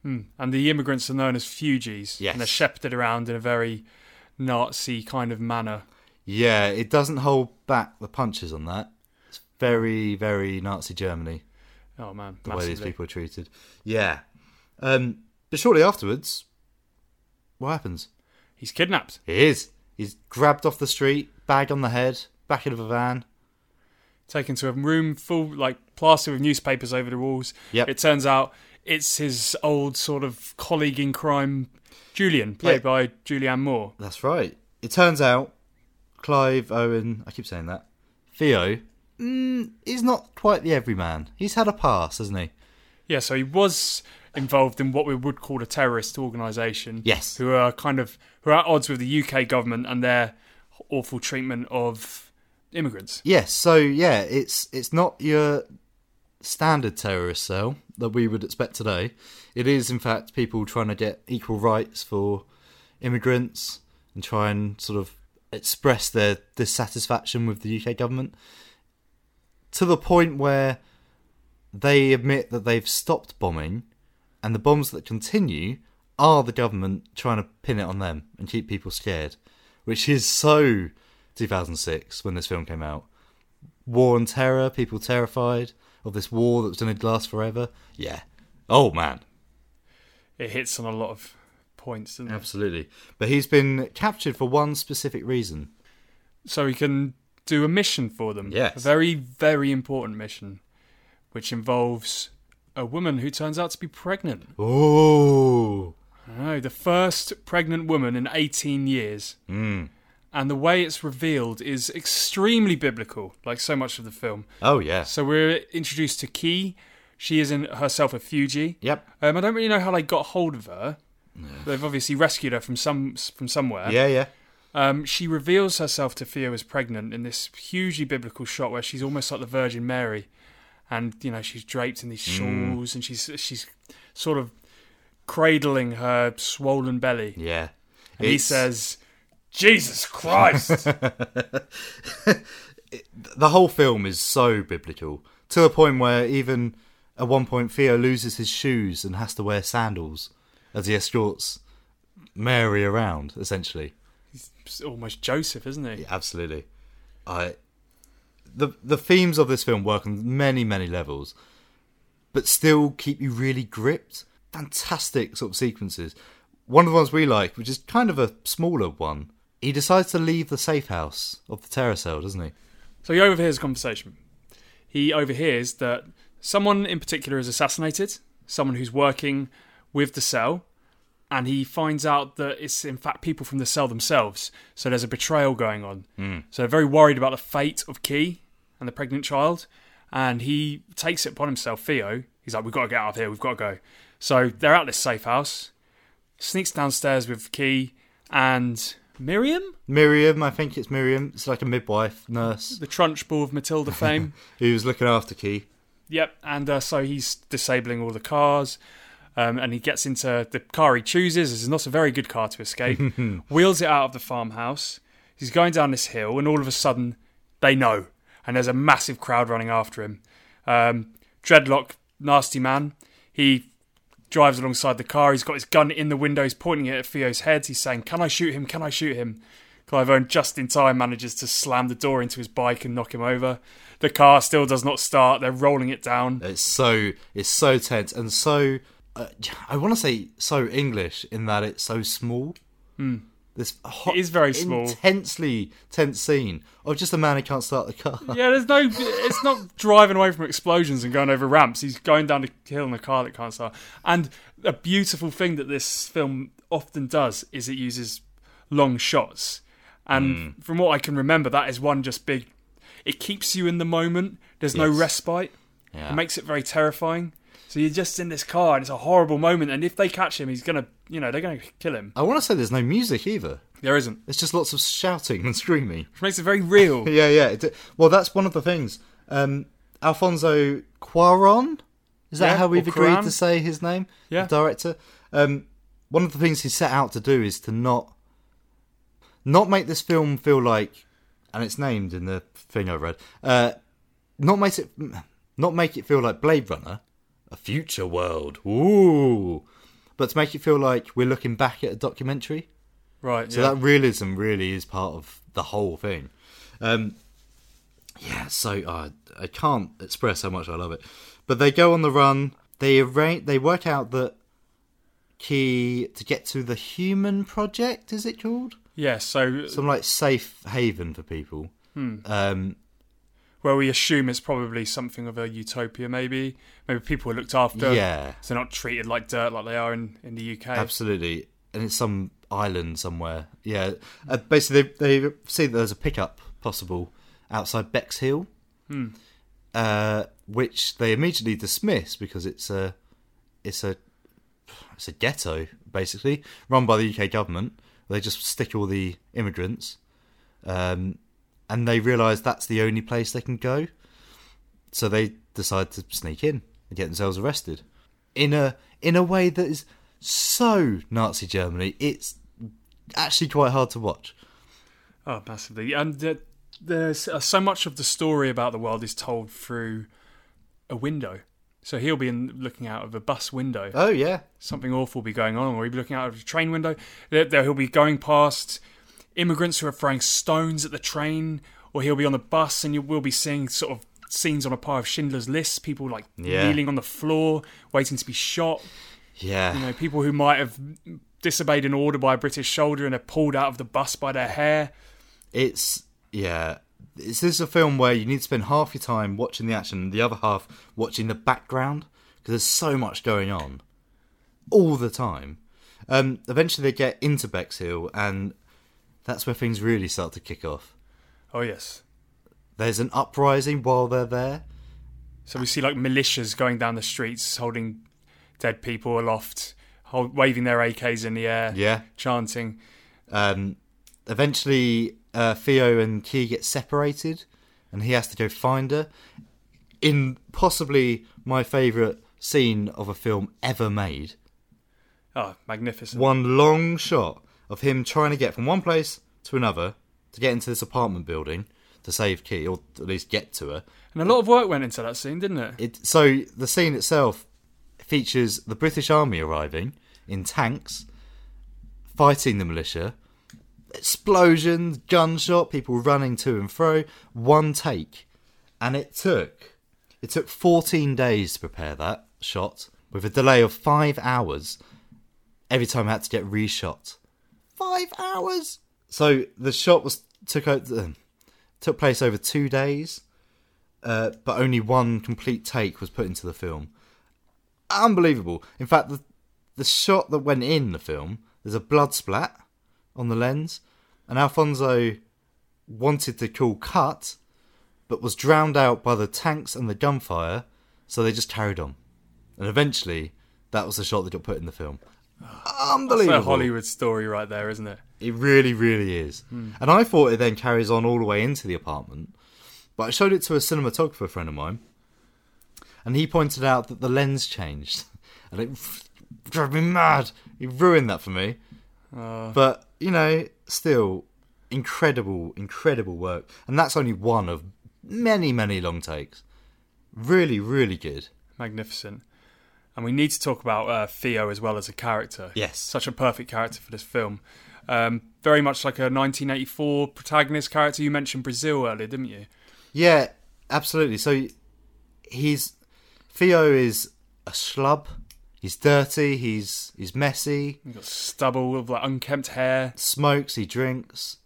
Speaker 2: Hmm. And the immigrants are known as fugees. And they're shepherded around in a very Nazi kind of manner.
Speaker 1: Yeah, it doesn't hold back the punches on that. It's very, very Nazi Germany.
Speaker 2: Oh, man.
Speaker 1: the way these
Speaker 2: massively.
Speaker 1: people are treated. Yeah. Um, but shortly afterwards, what happens?
Speaker 2: He's kidnapped.
Speaker 1: He is. He's grabbed off the street, bag on the head, back of a van.
Speaker 2: Taken to a room full, like, plastered with newspapers over the walls.
Speaker 1: Yep.
Speaker 2: It turns out it's his old sort of colleague in crime, Julian, played by Julianne Moore.
Speaker 1: That's right. It turns out Clive Owen, I keep saying that, Theo, mm, is not quite the everyman. He's had a pass, hasn't he?
Speaker 2: Yeah, so he was involved in what we would call a terrorist organisation.
Speaker 1: Yes.
Speaker 2: Who are kind of who are at odds with the UK government and their awful treatment of immigrants.
Speaker 1: Yes. So yeah, it's it's not your standard terrorist cell that we would expect today. It is in fact people trying to get equal rights for immigrants and try and sort of express their dissatisfaction with the UK government to the point where they admit that they've stopped bombing and the bombs that continue are the government trying to pin it on them and keep people scared, which is so 2006 when this film came out. War and terror, people terrified of this war that was going to last forever. Yeah. Oh man,
Speaker 2: It hits on a lot of points, doesn't it?
Speaker 1: absolutely. But he's been captured for one specific reason.
Speaker 2: So he can do a mission for them.
Speaker 1: Yes.
Speaker 2: A very, very important mission, which involves a woman who turns out to be pregnant.
Speaker 1: Oh.
Speaker 2: I know, the first pregnant woman in 18 years.
Speaker 1: Mm.
Speaker 2: and the way it's revealed is extremely biblical, like so much of the film.
Speaker 1: Oh yeah.
Speaker 2: So we're introduced to Key. She is in herself a Fuji.
Speaker 1: Yep.
Speaker 2: Um, I don't really know how they got hold of her. They've obviously rescued her from some from somewhere.
Speaker 1: Yeah, yeah.
Speaker 2: Um, she reveals herself to Theo as pregnant in this hugely biblical shot where she's almost like the Virgin Mary, and you know she's draped in these
Speaker 1: Mm.
Speaker 2: shawls and she's she's sort of cradling her swollen belly.
Speaker 1: Yeah.
Speaker 2: And he
Speaker 1: It's-
Speaker 2: says, "Jesus Christ."
Speaker 1: the whole film is so biblical to the point where even at one point Theo loses his shoes and has to wear sandals as he escorts Mary around. Essentially,
Speaker 2: It's almost Joseph, isn't he?
Speaker 1: absolutely. I the the themes of this film work on many many levels, but still keep you really gripped. Fantastic sort of sequences. One of the ones we like, which is kind of a smaller one, he decides to leave the safe house of the terror cell, doesn't he?
Speaker 2: So he overhears a conversation. He overhears that someone in particular is assassinated, someone who's working with the cell, and he finds out that it's in fact people from the cell themselves. So there's a betrayal going on. So they're very worried about the fate of Key and the pregnant child, and he takes it upon himself, Theo. He's like, We've got to get out of here, we've got to go. So they're at this safe house, sneaks downstairs with Key and Miriam,
Speaker 1: Miriam, I think it's Miriam. It's like a midwife nurse
Speaker 2: the Trunchbull of Matilda fame.
Speaker 1: who's looking after Key.
Speaker 2: Yep, and uh, so he's disabling all the cars, um, and he gets into the car he chooses. This is not a very good car to escape. wheels it out of the farmhouse. He's going down this hill, and all of a sudden, they know, and there's a massive crowd running after him. Um, Dreadlock, nasty man, he drives alongside the car. He's got his gun in the window. He's pointing it at Theo's head. He's saying, "Can I shoot him? Can I shoot him?" Clive Owen just in time manages to slam the door into his bike and knock him over. The car still does not start. They're rolling it down.
Speaker 1: It's so it's so tense and so uh, I want to say so English in that it's so small. This hot,
Speaker 2: Hmm. It is very small.
Speaker 1: intensely tense scene of just a man who can't start the car.
Speaker 2: Yeah, there's no. It's not driving away from explosions and going over ramps. He's going down a hill in a car that can't start. And a beautiful thing that this film often does is it uses long shots. And
Speaker 1: Hmm.
Speaker 2: from what I can remember, that is one just big. It keeps you in the moment. There's no
Speaker 1: Yes.
Speaker 2: respite.
Speaker 1: Yeah.
Speaker 2: It makes it very terrifying. So you're just in this car, and it's a horrible moment. And if they catch him, he's gonna, you know, they're gonna kill him.
Speaker 1: I want to say there's no music either.
Speaker 2: There isn't,
Speaker 1: It's just lots of shouting and screaming.
Speaker 2: which makes it very real.
Speaker 1: yeah, yeah. It, well, that's one of the things. Um, Alfonso Cuaron, is that
Speaker 2: Yeah,
Speaker 1: how we've
Speaker 2: or
Speaker 1: agreed
Speaker 2: Cuarón.
Speaker 1: to say his name?
Speaker 2: Yeah.
Speaker 1: The director. Um, one of the things he set out to do is to not not make this film feel like and it's named in the thing I read. Uh, not make it, not make it feel like Blade Runner, a future world. Ooh, but to make it feel like we're looking back at a documentary.
Speaker 2: Right.
Speaker 1: So
Speaker 2: yeah.
Speaker 1: that realism really is part of the whole thing. Um, yeah, so uh, I can't express how much I love it. But they go on the run. They arrange. They work out that key to get to the Human Project. Is it called?
Speaker 2: Yeah, so
Speaker 1: Some like safe haven for people.
Speaker 2: Hmm.
Speaker 1: Um,
Speaker 2: where we assume it's probably something of a utopia, maybe. Maybe people are looked after.
Speaker 1: Yeah.
Speaker 2: So they're not treated like dirt like they are in, in the UK.
Speaker 1: Absolutely, and it's some island somewhere. Yeah, uh, basically they they see that there's a pickup possible outside Bexhill,
Speaker 2: Hmm.
Speaker 1: uh, which they immediately dismiss because it's a it's a it's a ghetto basically run by the UK government. They just stick all the immigrants, um, and they realise that's the only place they can go. So they decide to sneak in and get themselves arrested in a in a way that is so Nazi Germany. It's actually quite hard to watch.
Speaker 2: Oh, massively. And uh, there's uh, so much of the story about the world is told through a window. So he'll be in, looking out of a bus window.
Speaker 1: Oh yeah,
Speaker 2: something awful will be going on, or he'll be looking out of a train window. There, there he'll be going past immigrants who are throwing stones at the train, or he'll be on the bus, and you will be seeing sort of scenes on a par of Schindler's List. People like
Speaker 1: Yeah.
Speaker 2: kneeling on the floor, waiting to be shot.
Speaker 1: Yeah.
Speaker 2: You know, people who might have disobeyed an order by a British soldier and are pulled out of the bus by their hair.
Speaker 1: It's yeah. It's, this is a film where you need to spend half your time watching the action and the other half watching the background because there's so much going on all the time. Um, eventually, they get into Bexhill, and that's where things really start to kick off.
Speaker 2: Oh yes.
Speaker 1: There's an uprising while they're there.
Speaker 2: So we see like militias going down the streets, holding dead people aloft, hold, waving their AKs in the air,
Speaker 1: Yeah.
Speaker 2: chanting.
Speaker 1: Um, eventually, uh, Theo and Key get separated, and he has to go find her. In possibly my favourite scene of a film ever made,
Speaker 2: Oh, magnificent!
Speaker 1: one long shot of him trying to get from one place to another to get into this apartment building to save Key, or at least get to her.
Speaker 2: And a lot of work went into that scene, didn't it?
Speaker 1: It, so the scene itself features the British Army arriving in tanks, fighting the militia, explosions, gunshot, people running to and fro, one take, and it took it took 14 days to prepare that shot with a delay of five hours. Every time I had to get reshot. Five hours. So the shot was took out, took place over two days, uh, but only one complete take was put into the film. Unbelievable! In fact, the the shot that went in the film, there's a blood splat on the lens, and Alfonso wanted to call cut, but was drowned out by the tanks and the gunfire, so they just carried on, and eventually that was the shot that got put in the film. Unbelievable!
Speaker 2: That's a Hollywood story right there, isn't it?
Speaker 1: It really, really is. And I thought it then carries on all the way into the apartment. But I showed it to a cinematographer friend of mine, and he pointed out that the lens changed. And it drove me mad. He ruined that for me.
Speaker 2: Uh,
Speaker 1: But, you know, still, incredible, incredible work. And that's only one of many, many long takes. Really, really good.
Speaker 2: magnificent. And we need to talk about uh, Theo as well as a character.
Speaker 1: Yes.
Speaker 2: Such a perfect character for this film. Um, very much like a 1984 protagonist character. You mentioned Brazil earlier, didn't you?
Speaker 1: Yeah, absolutely. So he's Theo is a schlub. He's dirty. He's he's messy.
Speaker 2: He's got stubble with like unkempt hair.
Speaker 1: Smokes. He drinks.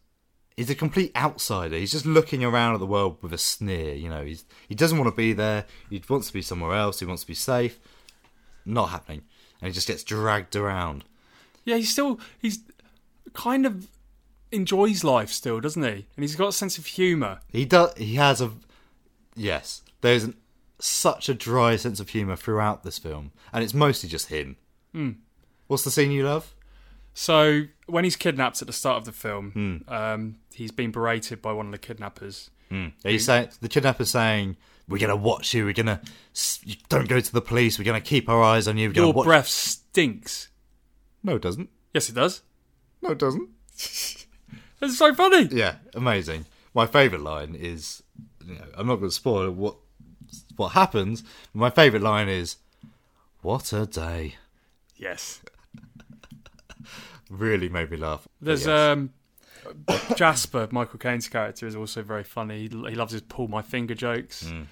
Speaker 1: He's a complete outsider. He's just looking around at the world with a sneer. You know, he's he doesn't want to be there. He wants to be somewhere else. He wants to be safe. Not happening. And he just gets dragged around.
Speaker 2: Yeah, he's still he's kind of enjoys life still, doesn't he? And he's got a sense of humour.
Speaker 1: He does. He has a yes. There's an, such a dry sense of humor throughout this film, and it's mostly just him.
Speaker 2: Hmm.
Speaker 1: What's the scene you love?
Speaker 2: So when he's kidnapped at the start of the film,
Speaker 1: Hmm.
Speaker 2: um, he's been berated by one of the kidnappers.
Speaker 1: Mm. He's saying the kidnapper's saying, "We're gonna watch you. We're gonna s- you don't go to the police. We're gonna keep our eyes on you. We're gonna
Speaker 2: Your
Speaker 1: watch."
Speaker 2: breath stinks.
Speaker 1: No, it doesn't.
Speaker 2: Yes, it does.
Speaker 1: No, it doesn't.
Speaker 2: It's so funny.
Speaker 1: Yeah, amazing. my favourite line is, you know, I'm not going to spoil what what happens. But my favourite line is, "What a day!"
Speaker 2: Yes.
Speaker 1: Really made me laugh. But
Speaker 2: There's
Speaker 1: yes.
Speaker 2: um, Jasper, Michael Caine's character, is also very funny. He, he loves his pull my finger jokes.
Speaker 1: Hmm.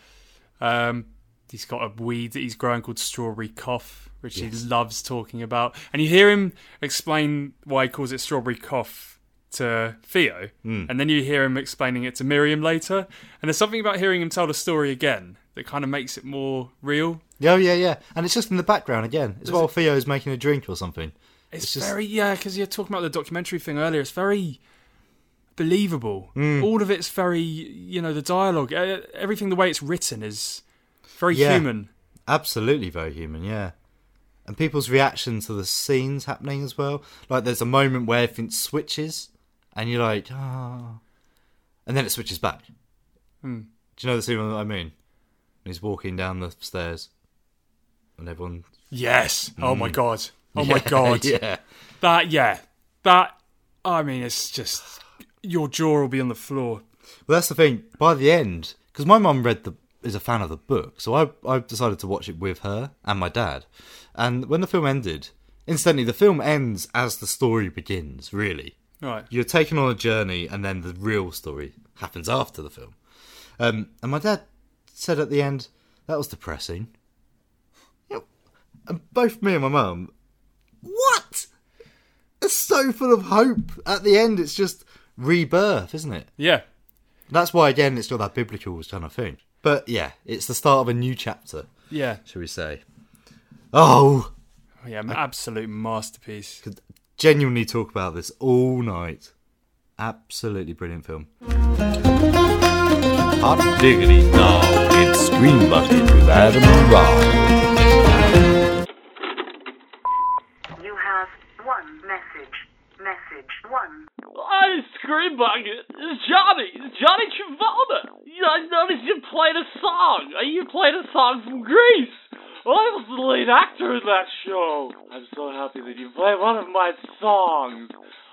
Speaker 2: Um, he's got a weed that he's growing called strawberry cough, which
Speaker 1: Yes.
Speaker 2: he loves talking about. And you hear him explain why he calls it strawberry cough to Theo,
Speaker 1: Mm.
Speaker 2: and then you hear him explaining it to Miriam later. And there's something about hearing him tell the story again that kind of makes it more real.
Speaker 1: Yeah, oh, yeah, yeah. And it's just in the background again. It's while Theo's making a drink or something.
Speaker 2: It's,
Speaker 1: It's just-
Speaker 2: very yeah, because you're talking about the documentary thing earlier. It's very believable.
Speaker 1: Mm.
Speaker 2: All of it's very you know the dialogue, uh, everything the way it's written is very
Speaker 1: Yeah.
Speaker 2: human.
Speaker 1: Absolutely very human, yeah. And people's reaction to the scenes happening as well. Like there's a moment where everything switches and you're like, ah. And then it switches back.
Speaker 2: Hmm.
Speaker 1: Do you know the scene that I mean? And he's walking down the stairs and everyone.
Speaker 2: Yes. Oh my
Speaker 1: Mm.
Speaker 2: god. Oh my
Speaker 1: Yeah,
Speaker 2: god.
Speaker 1: yeah.
Speaker 2: That yeah. That I mean it's just your jaw will be on the floor.
Speaker 1: Well, that's the thing. By the end, because my mum read the is a fan of the book, so I I decided to watch it with her and my dad. And when the film ended, incidentally, the film ends as the story begins. Really,
Speaker 2: Right.
Speaker 1: You're taken on a journey, and then the real story happens after the film. Um, and my dad said at the end, "That was depressing." You know, and both me and my mum, what? It's so full of hope. At the end, it's just rebirth, isn't it?
Speaker 2: Yeah.
Speaker 1: That's why, again, it's got that biblical kind of thing. But yeah, it's the start of a new chapter,
Speaker 2: Yeah.
Speaker 1: shall we say. Oh,
Speaker 2: Oh, yeah, absolute masterpiece.
Speaker 1: genuinely talk about this all night. Absolutely brilliant film.
Speaker 12: Hot diggity now, it's Screen Bucket with Adam and Rob.
Speaker 10: You have one message. Message one.
Speaker 13: I scream bucket. It's Johnny. It's Johnny Travolta. Yeah, I noticed you played a song. Uh, You played a song from Greece. Well, I was the lead actor in that show. I'm so happy that you played one of my songs.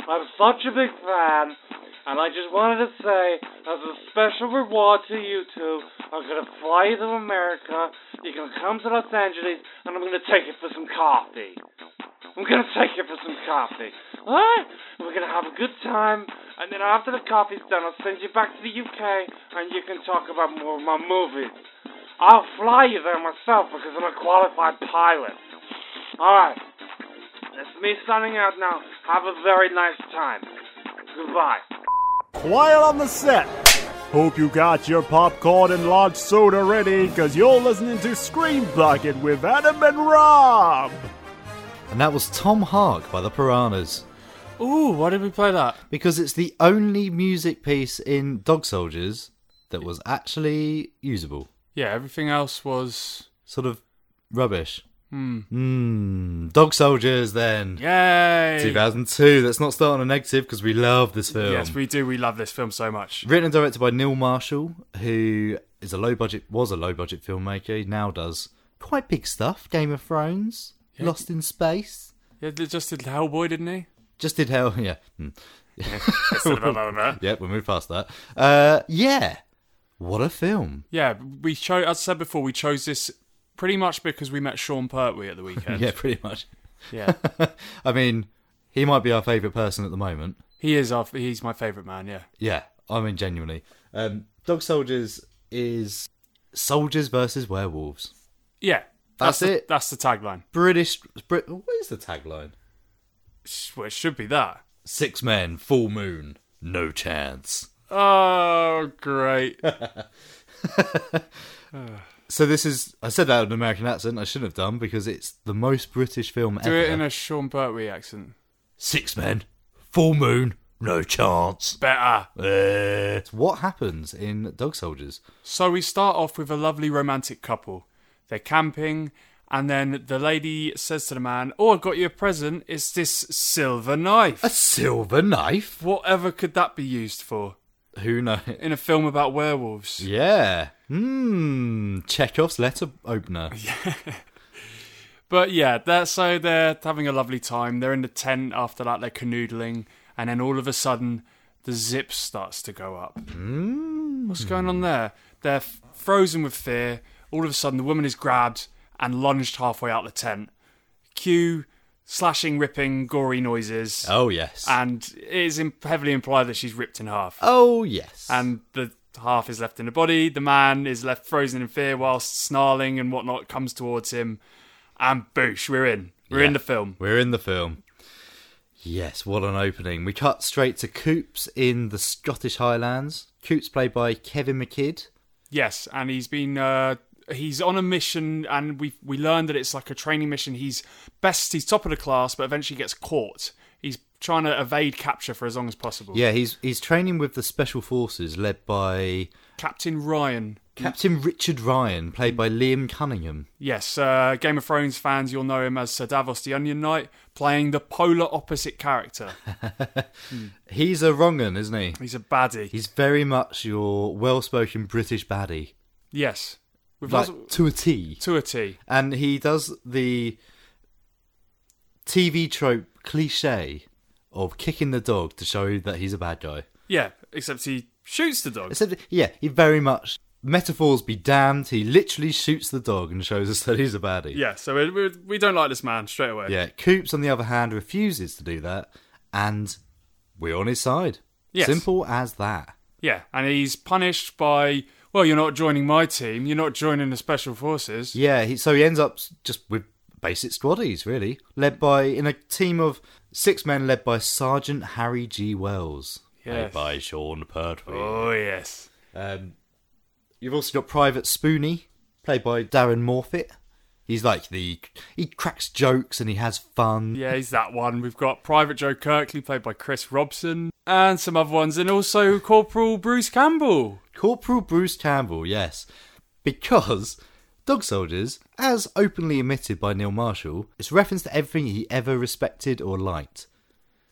Speaker 13: I'm such a big fan, and I just wanted to say, as a special reward to you two, I'm gonna fly you to America. You're gonna come to Los Angeles, and I'm gonna take you for some coffee. I'm gonna take you for some coffee. Alright? We're gonna have a good time, and then after the coffee's done, I'll send you back to the UK, and you can talk about more of my movies. I'll fly you there myself because I'm a qualified pilot. Alright. That's me signing out now. Have a very nice time. Goodbye.
Speaker 5: Quiet on the set. Hope you got your popcorn and large soda ready, because you're listening to Scream Bucket with Adam and Rob.
Speaker 1: And that was Tom Hark by the Piranhas.
Speaker 2: Ooh, why did we play that?
Speaker 1: Because it's the only music piece in Dog Soldiers that was actually usable.
Speaker 2: Yeah, everything else was
Speaker 1: Sort of rubbish.
Speaker 2: Hmm.
Speaker 1: Mm, Dog Soldiers then.
Speaker 2: Yay!
Speaker 1: 2002. Let's not start on a negative because we love this film.
Speaker 2: Yes, we do. We love this film so much.
Speaker 1: Written and directed by Neil Marshall, who is a low budget was a low budget filmmaker. He now does quite big stuff. Game of Thrones, Lost in Space.
Speaker 2: Yeah, they just did Hellboy, didn't he?
Speaker 1: Just did hell, yeah. Hmm.
Speaker 2: Yeah.
Speaker 1: yeah, we'll move past that. Uh, yeah, what a film.
Speaker 2: Yeah, we chose. As I said before, we chose this pretty much because we met Sean Pertwee at the weekend.
Speaker 1: Yeah, pretty much.
Speaker 2: Yeah.
Speaker 1: I mean, he might be our favourite person at the moment.
Speaker 2: he is our. He's my favorite man. Yeah.
Speaker 1: Yeah, I mean genuinely. Um, Dog Soldiers is soldiers versus werewolves.
Speaker 2: Yeah.
Speaker 1: That's
Speaker 2: the-
Speaker 1: it.
Speaker 2: That's the tagline.
Speaker 1: British. Brit, what is the tagline?
Speaker 2: Well, it should be that.
Speaker 1: Six men, full moon, no chance.
Speaker 2: Oh, great.
Speaker 1: So this is. I said that with an American accent. I shouldn't have done because it's the most British film
Speaker 2: Do
Speaker 1: ever.
Speaker 2: it in a Sean Pertwee accent.
Speaker 1: Six men, full moon, no chance.
Speaker 2: Better.
Speaker 1: It's what happens in Dog Soldiers.
Speaker 2: So we start off with a lovely romantic couple. They're camping, and then the lady says to the man, Oh, I've got you a present. It's this silver knife. A
Speaker 1: silver knife?
Speaker 2: Whatever could that be used for?
Speaker 1: Who knows?
Speaker 2: In a film about werewolves.
Speaker 1: Yeah. Hmm. Chekhov's letter opener.
Speaker 2: But yeah, they're, so they're having a lovely time. They're in the tent after that, they're canoodling, and then all of a sudden, the zip starts to go up. Mm. What's going on there? They're f- frozen with fear. All of a sudden, the woman is grabbed and lunged halfway out the tent. Cue slashing, ripping, gory noises.
Speaker 1: Oh, yes.
Speaker 2: And it is im- heavily implied that she's ripped in half.
Speaker 1: Oh, yes.
Speaker 2: And the half is left in the body. The man is left frozen in fear whilst snarling and whatnot comes towards him. And boosh, we're in. We're in the film.
Speaker 1: We're in the film. Yes, what an opening. We cut straight to Coops in the Scottish Highlands. Coops played by Kevin McKidd.
Speaker 2: Yes, and he's been uh, he's on a mission, and we we learned that it's like a training mission. He's best, he's top of the class, but eventually gets caught. He's trying to evade capture for as long as possible.
Speaker 1: Yeah, he's he's training with the special forces led by
Speaker 2: Captain Ryan.
Speaker 1: Captain Richard Ryan, played by Liam Cunningham.
Speaker 2: Yes, uh, Game of Thrones fans, you'll know him as Sir Davos the Onion Knight, playing the polar opposite character.
Speaker 1: He's a wrong'un, isn't he?
Speaker 2: Hmm. He's a baddie.
Speaker 1: He's very much your well-spoken British baddie,
Speaker 2: Yes, We've
Speaker 1: like
Speaker 2: also-
Speaker 1: to a T.
Speaker 2: to a T.
Speaker 1: And he does the TV trope cliche of kicking the dog to show that he's a bad guy.
Speaker 2: Yeah, except he shoots the dog.
Speaker 1: Except, yeah, he very much metaphors be damned. He literally shoots the dog and shows us that he's a baddie.
Speaker 2: yeah, so we, we, we don't like this man straight away.
Speaker 1: Yeah, Coops, on the other hand, refuses to do that, and we're on his side.
Speaker 2: Yes.
Speaker 1: Simple as that.
Speaker 2: Yeah, and he's punished by, well, you're not joining my team, you're not joining the special forces.
Speaker 1: Yeah, he, so he ends up s- just with basic squaddies, really, led by, in a team of six men led by Sergeant Harry G. Wells.
Speaker 2: Yes.
Speaker 1: Played by Sean Pertwee.
Speaker 2: Oh, yes.
Speaker 1: Um, you've also got Private Spoonie, played by Darren Morfitt. He's like the, he cracks jokes and he has fun.
Speaker 2: Yeah, he's that one. We've got Private Joe Kirkley, played by Chris Robson, and some other ones, and also Corporal Bruce Campbell.
Speaker 1: Corporal Bruce Campbell, yes. Because Dog Soldiers, as openly admitted by Neil Marshall, is referenced to everything he ever respected or liked.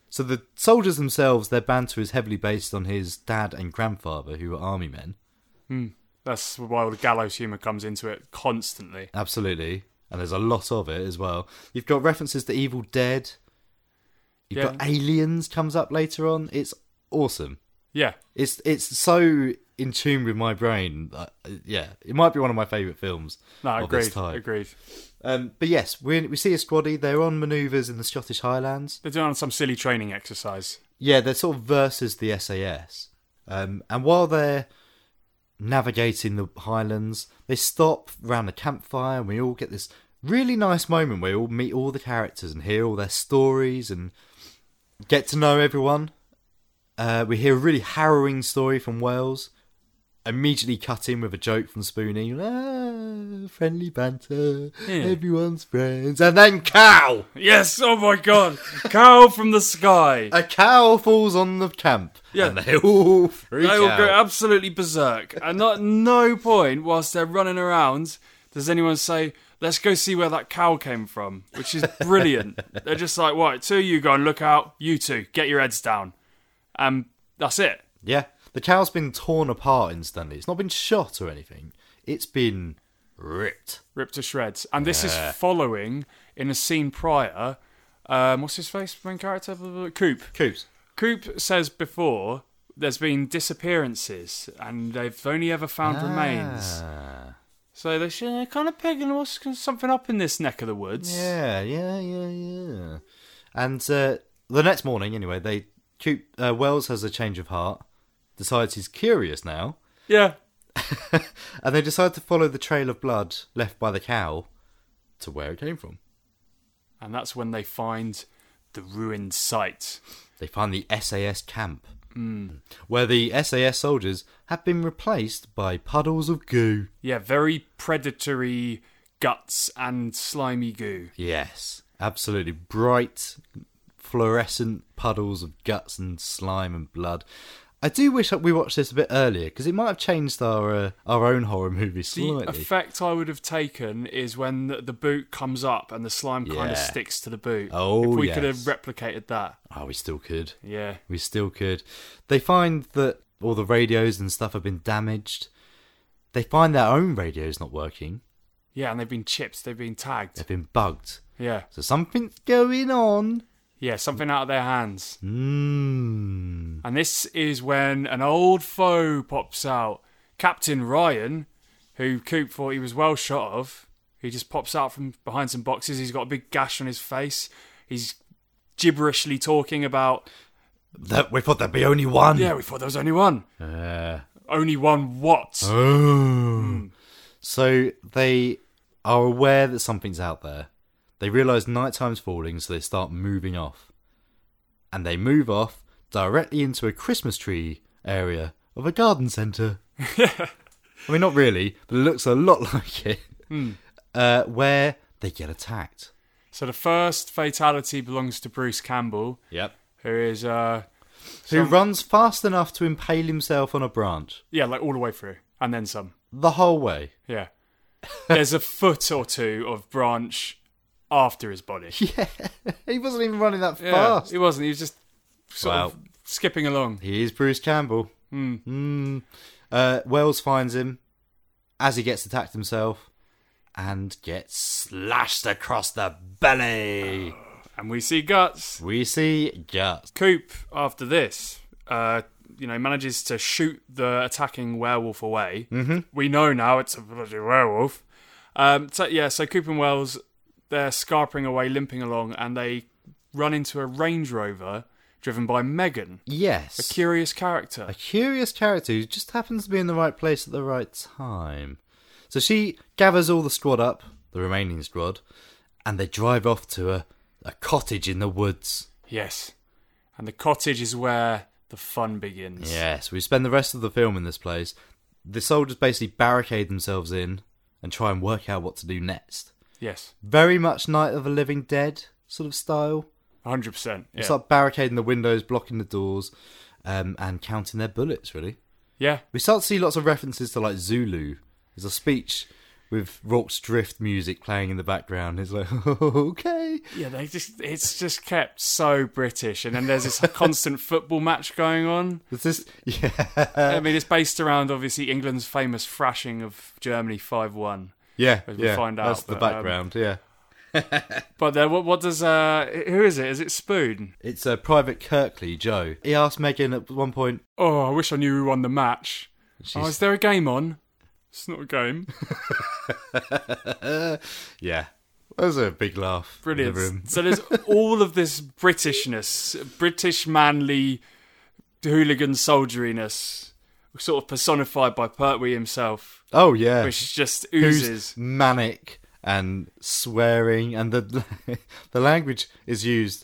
Speaker 1: So the soldiers themselves, their banter is heavily based on his dad and grandfather, who were army men.
Speaker 2: Hmm. That's why all the gallows humour comes into it constantly.
Speaker 1: Absolutely. And there's a lot of it as well. You've got references to Evil Dead. You've got
Speaker 2: Yeah.
Speaker 1: Aliens comes up later on. It's awesome.
Speaker 2: Yeah.
Speaker 1: It's it's so in tune with my brain. That, uh, yeah, it might be one of my favourite films
Speaker 2: No,
Speaker 1: of
Speaker 2: agreed.
Speaker 1: this time.
Speaker 2: Agreed.
Speaker 1: Um, but yes, we we see a squaddy. They're on manoeuvres in the Scottish Highlands.
Speaker 2: They're doing some silly training exercise.
Speaker 1: Yeah, they're sort of versus the SAS. Um, and while they're navigating the highlands, they stop round a campfire, and we all get this really nice moment where we all meet all the characters and hear all their stories and get to know everyone. Uh, we hear a really harrowing story from Wales. Immediately cut in with a joke from Spoonie. Ah, friendly banter. Everyone's friends. And then cow!
Speaker 2: Yes, oh my god! cow from the sky!
Speaker 1: A cow falls on the camp.
Speaker 2: Yeah.
Speaker 1: And they all freak
Speaker 2: They all
Speaker 1: out.
Speaker 2: go absolutely berserk. And at no point, whilst they're running around, does anyone say, let's go see where that cow came from, which is brilliant. they're just like, right, two of you go and look out. You two, get your heads down. Um, that's it.
Speaker 1: Yeah. The cow's been torn apart instantly. It's not been shot or anything. It's been ripped.
Speaker 2: Ripped to shreds. And this
Speaker 1: Yeah.
Speaker 2: is following in a scene prior. Um, what's his face? Main character? Blah, blah, blah. Coop.
Speaker 1: Coops.
Speaker 2: Coop says before there's been disappearances and they've only ever found remains.
Speaker 1: Ah.
Speaker 2: So they should, they're kind of pegging what's something up in this neck of the woods.
Speaker 1: Yeah, yeah, yeah, yeah. And uh, the next morning, anyway, they Coop uh, Wells has a change of heart, decides he's curious now,
Speaker 2: Yeah.
Speaker 1: and they decide to follow the trail of blood left by the cow to where it came from.
Speaker 2: And that's when they find the ruined site.
Speaker 1: They find the SAS camp, where the SAS soldiers have been replaced by puddles of goo.
Speaker 2: Yeah, very predatory guts and slimy goo.
Speaker 1: Yes, absolutely. Bright, fluorescent puddles of guts and slime and blood. I do wish that we watched this a bit earlier because it might have changed our uh, our own horror movie
Speaker 2: The
Speaker 1: slightly.
Speaker 2: effect I would have taken is when the- the boot comes up and the slime kind
Speaker 1: Yeah.
Speaker 2: of sticks to the boot.
Speaker 1: Oh,
Speaker 2: if we could have
Speaker 1: yes.
Speaker 2: replicated that.
Speaker 1: oh, we still could.
Speaker 2: Yeah.
Speaker 1: We still could. They find that all the radios and stuff have been damaged. They find their own radios not working.
Speaker 2: Yeah, and they've been chipped, they've been tagged.
Speaker 1: They've been bugged.
Speaker 2: Yeah.
Speaker 1: So something's going on.
Speaker 2: Yeah, something out of their hands.
Speaker 1: Mm.
Speaker 2: And this is when an old foe pops out. Captain Ryan, who Coop thought he was well shot of, he just pops out from behind some boxes. He's got a big gash on his face. He's gibberishly talking about.
Speaker 1: That we thought there'd be only one.
Speaker 2: Yeah, we thought there was only one.
Speaker 1: Yeah.
Speaker 2: Only one what? Hmm.
Speaker 1: Oh. So they are aware that something's out there. They realise nighttime's falling, so they start moving off. And they move off directly into a Christmas tree area of a garden centre. I mean, not really, but it looks a lot like it.
Speaker 2: Hmm.
Speaker 1: Uh, where they get attacked.
Speaker 2: So the first fatality belongs to Bruce Campbell.
Speaker 1: Yep.
Speaker 2: Who is uh
Speaker 1: Who
Speaker 2: some-
Speaker 1: runs fast enough to impale himself on a branch
Speaker 2: Yeah, like all the way through. And then some.
Speaker 1: the whole way.
Speaker 2: Yeah. There's a foot or two of branch after his body.
Speaker 1: Yeah. He wasn't even running that
Speaker 2: Yeah,
Speaker 1: fast.
Speaker 2: He wasn't, he was just sort of
Speaker 1: Wow.
Speaker 2: skipping along.
Speaker 1: He is Bruce Campbell. Hmm. Uh, Wells finds him as he gets attacked himself and gets slashed across the belly.
Speaker 2: And we see guts.
Speaker 1: We see guts.
Speaker 2: Coop, after this, uh, you know, manages to shoot the attacking werewolf away.
Speaker 1: Mhm.
Speaker 2: We know now it's a bloody werewolf. Um, so yeah, so Coop and Wells, they're scarpering away, limping along, and they run into a Range Rover driven by Megan,
Speaker 1: Yes.
Speaker 2: a curious character.
Speaker 1: a curious character who just happens to be in the right place at the right time. So she gathers all the squad up, the remaining squad, and they drive off to a, a cottage in the woods.
Speaker 2: Yes, and the cottage is where the fun begins.
Speaker 1: Yes, we spend the rest of the film in this place. The soldiers basically barricade themselves in and try and work out what to do next.
Speaker 2: Yes,
Speaker 1: Very much Night of the Living Dead sort of style.
Speaker 2: hundred percent.
Speaker 1: It's
Speaker 2: Yeah.
Speaker 1: like barricading the windows, blocking the doors, um, and counting their bullets, really.
Speaker 2: yeah,
Speaker 1: We start to see lots of references to like Zulu. There's a speech with Rock's Drift music playing in the background. It's like, okay.
Speaker 2: Yeah, they just it's just kept so British and then there's this constant football match going on.
Speaker 1: It's this, yeah.
Speaker 2: I mean it's based around obviously England's famous thrashing of Germany five one.
Speaker 1: Yeah,
Speaker 2: As we
Speaker 1: yeah.
Speaker 2: find out,
Speaker 1: That's the
Speaker 2: but, um,
Speaker 1: background, yeah.
Speaker 2: But then what what does uh who is it? Is it Spoon?
Speaker 1: It's uh, Private Kirkley, Joe. He asked Megan at one point,
Speaker 2: Oh, I wish I knew who won the match.
Speaker 1: She's-
Speaker 2: Oh, is there a game on? It's not a game.
Speaker 1: yeah. That was a big laugh. in the room.
Speaker 2: Brilliant. so there's all of this Britishness, British manly hooligan soldieriness, sort of personified by Pertwee himself,
Speaker 1: Oh, yeah.
Speaker 2: which just
Speaker 1: Who's
Speaker 2: oozes.
Speaker 1: manic and swearing, and the, the language is used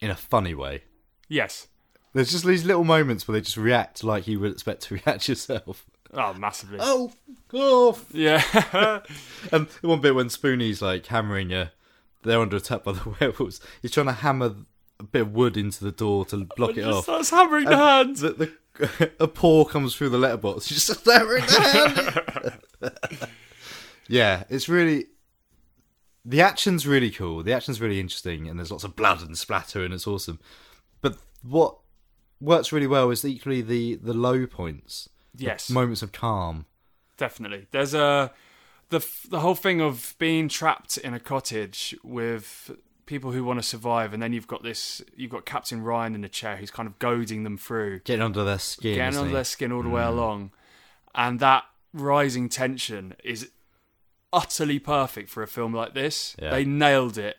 Speaker 1: in a funny way.
Speaker 2: Yes.
Speaker 1: There's just these little moments where they just react like you would expect to react yourself.
Speaker 2: Oh, massively.
Speaker 1: Oh, oh.
Speaker 2: Yeah.
Speaker 1: And the Um, one bit when Spoonie's like hammering you, they're under attack by the werewolves. He's trying to hammer a bit of wood into the door to block it off.
Speaker 2: Starts hammering the
Speaker 1: And
Speaker 2: hand.
Speaker 1: the, the, a paw comes through the letterbox. He's just hammering the hand. yeah, it's really. The action's really cool. The action's really interesting, and there's lots of blood and splatter, and it's awesome. But what works really well is equally the the low points,
Speaker 2: Yes,
Speaker 1: moments of calm.
Speaker 2: definitely. There's a the f- the whole thing of being trapped in a cottage with people who want to survive, and then you've got this. You've got Captain Ryan in a chair who's kind of goading them through,
Speaker 1: Getting under their skin.
Speaker 2: getting
Speaker 1: isn't
Speaker 2: under
Speaker 1: he? Mm.
Speaker 2: their skin all the way along, and that rising tension is utterly perfect for a film like this.
Speaker 1: Yeah.
Speaker 2: They nailed it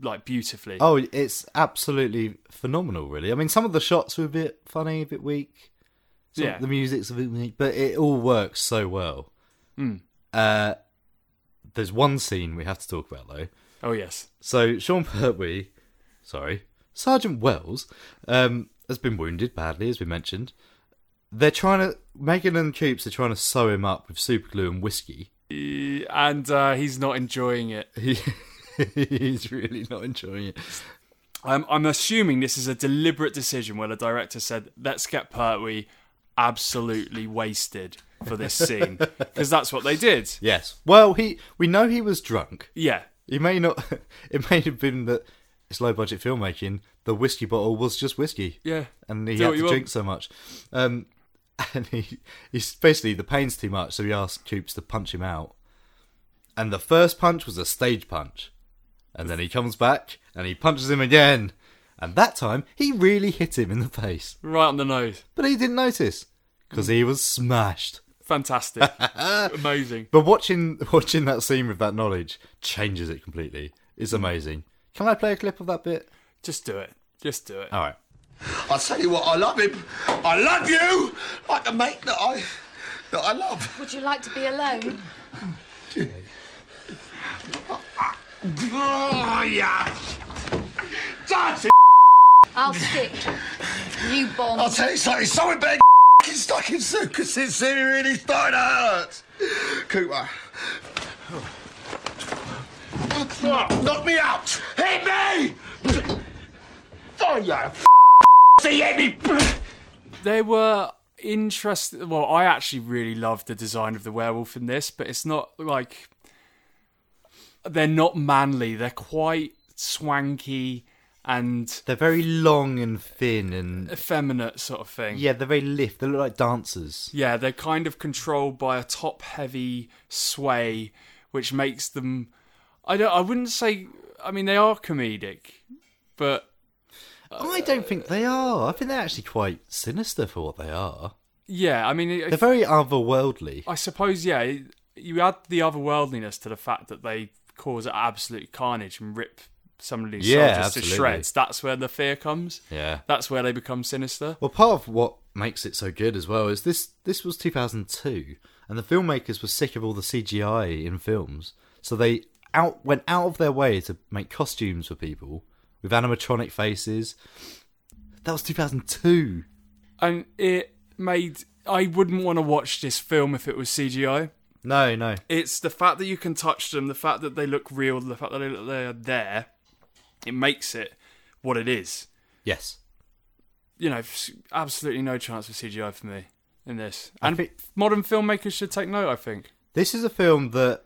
Speaker 2: like beautifully.
Speaker 1: Oh, it's absolutely phenomenal, really. I mean, some of the shots were a bit funny, a bit weak. Some
Speaker 2: Yeah.
Speaker 1: The music's a bit weak, but it all works so well.
Speaker 2: Mm.
Speaker 1: Uh, there's one scene we have to talk about, though.
Speaker 2: Oh yes,
Speaker 1: So, Sean Pertwee, sorry, Sergeant Wells, um, has been wounded badly, as we mentioned. They're trying to, Megan and Coops are trying to sew him up with super glue and whiskey.
Speaker 2: E- and uh, he's not enjoying it.
Speaker 1: He, he's really not enjoying it.
Speaker 2: I'm, I'm assuming this is a deliberate decision where the director said, let's get Pertwee absolutely wasted for this scene. Because that's what they did.
Speaker 1: Yes. Well, he, we know he was drunk.
Speaker 2: Yeah.
Speaker 1: You may not. It may have been that it's low budget filmmaking. The whiskey bottle was just whiskey.
Speaker 2: Yeah.
Speaker 1: and he
Speaker 2: Do
Speaker 1: had
Speaker 2: what
Speaker 1: to
Speaker 2: you want.
Speaker 1: drink so much. Um, and he he's basically the pain's too much, so he asked Coops to punch him out. And the first punch was a stage punch, and then he comes back and he punches him again, And that time, he really hit him in the face.
Speaker 2: Right on the nose.
Speaker 1: But he didn't notice because he was smashed.
Speaker 2: Fantastic.
Speaker 1: Uh,
Speaker 2: Amazing.
Speaker 1: But watching watching that scene with that knowledge changes it completely. It's amazing. Can I play a clip of that bit? Oh,
Speaker 2: Just do it. Just do it.
Speaker 1: All right.
Speaker 14: I tell you what, I love him. I love you, like the mate that I that I love.
Speaker 15: Would you like to be alone?
Speaker 14: Gloria, dirty.
Speaker 15: I'll stick. You bomb.
Speaker 14: I'll tell you something. Something better get stuck in soup because it's really starting to hurt. Cooper. Knock me out! Hit me! Oh, you f- see, hit me!
Speaker 2: They were interesting. Well, I actually really loved the design of the werewolf in this, but it's not like they're not manly. They're quite swanky and
Speaker 1: they're very long and thin and
Speaker 2: effeminate sort of thing.
Speaker 1: Yeah, they're very lift. They look like dancers.
Speaker 2: Yeah, they're kind of controlled by a top-heavy sway, which makes them. I don't. I wouldn't say. I mean, they are comedic, but
Speaker 1: I don't think they are. I think they're actually quite sinister for what they are.
Speaker 2: yeah, I mean, if-
Speaker 1: They're very otherworldly.
Speaker 2: I suppose, yeah, you add the otherworldliness to the fact that they cause absolute carnage and rip some of these
Speaker 1: Yeah,
Speaker 2: soldiers to
Speaker 1: absolutely.
Speaker 2: shreds. That's where the fear comes.
Speaker 1: Yeah.
Speaker 2: That's where they become sinister.
Speaker 1: Well, part of what makes it so good as well is this. This was 2002, and the filmmakers were sick of all the CGI in films, so they out went out of their way to make costumes for people with animatronic faces. That was 2002.
Speaker 2: And it made. I wouldn't want to watch this film if it was CGI.
Speaker 1: No, no.
Speaker 2: It's the fact that you can touch them, the fact that they look real, the fact that they look, they're there. It makes it what it is.
Speaker 1: Yes.
Speaker 2: You know, s- absolutely no chance for CGI for me in this. And modern filmmakers should take note, I think.
Speaker 1: This is a film that,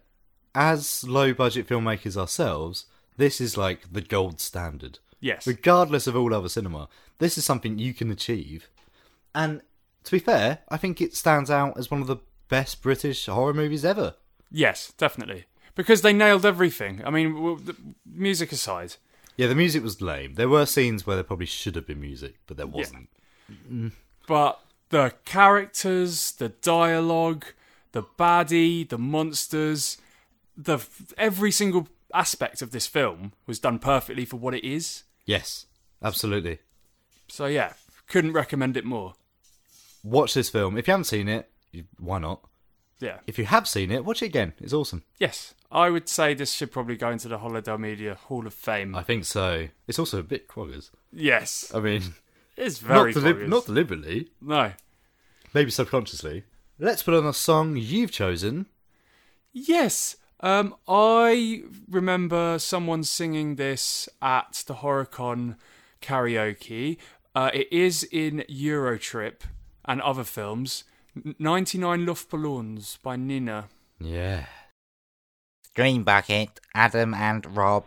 Speaker 1: as low budget filmmakers ourselves, this is like the gold standard.
Speaker 2: Yes.
Speaker 1: Regardless of all other cinema, this is something you can achieve. And to be fair, I think it stands out as one of the best British horror movies ever.
Speaker 2: Yes, definitely. Because they nailed everything. I mean, w- the, music aside.
Speaker 1: Yeah, the music was lame. There were scenes where there probably should have been music, but there wasn't. Mm.
Speaker 2: But the characters, the dialogue, the baddie, the monsters, the f- every single aspect of this film was done perfectly for what it is.
Speaker 1: Yes, absolutely.
Speaker 2: So yeah, couldn't recommend it more.
Speaker 1: Watch this film. If you haven't seen it, you- why not?
Speaker 2: Yeah.
Speaker 1: If you have seen it, watch it again. It's awesome.
Speaker 2: Yes, I would say this should probably go into the Holiday Media Hall of Fame.
Speaker 1: I think so. It's also a bit quaggers.
Speaker 2: Yes.
Speaker 1: I mean,
Speaker 2: It's very
Speaker 1: not, deli-
Speaker 2: quaggers.
Speaker 1: not deliberately.
Speaker 2: No.
Speaker 1: Maybe subconsciously. Let's put on a song you've chosen.
Speaker 2: Yes. Um, I remember someone singing this at the HorrorCon karaoke. Uh, it is in Eurotrip and other films. N- 99 Luftballons by Nina.
Speaker 1: Yeah.
Speaker 3: Green Bucket, Adam and Rob.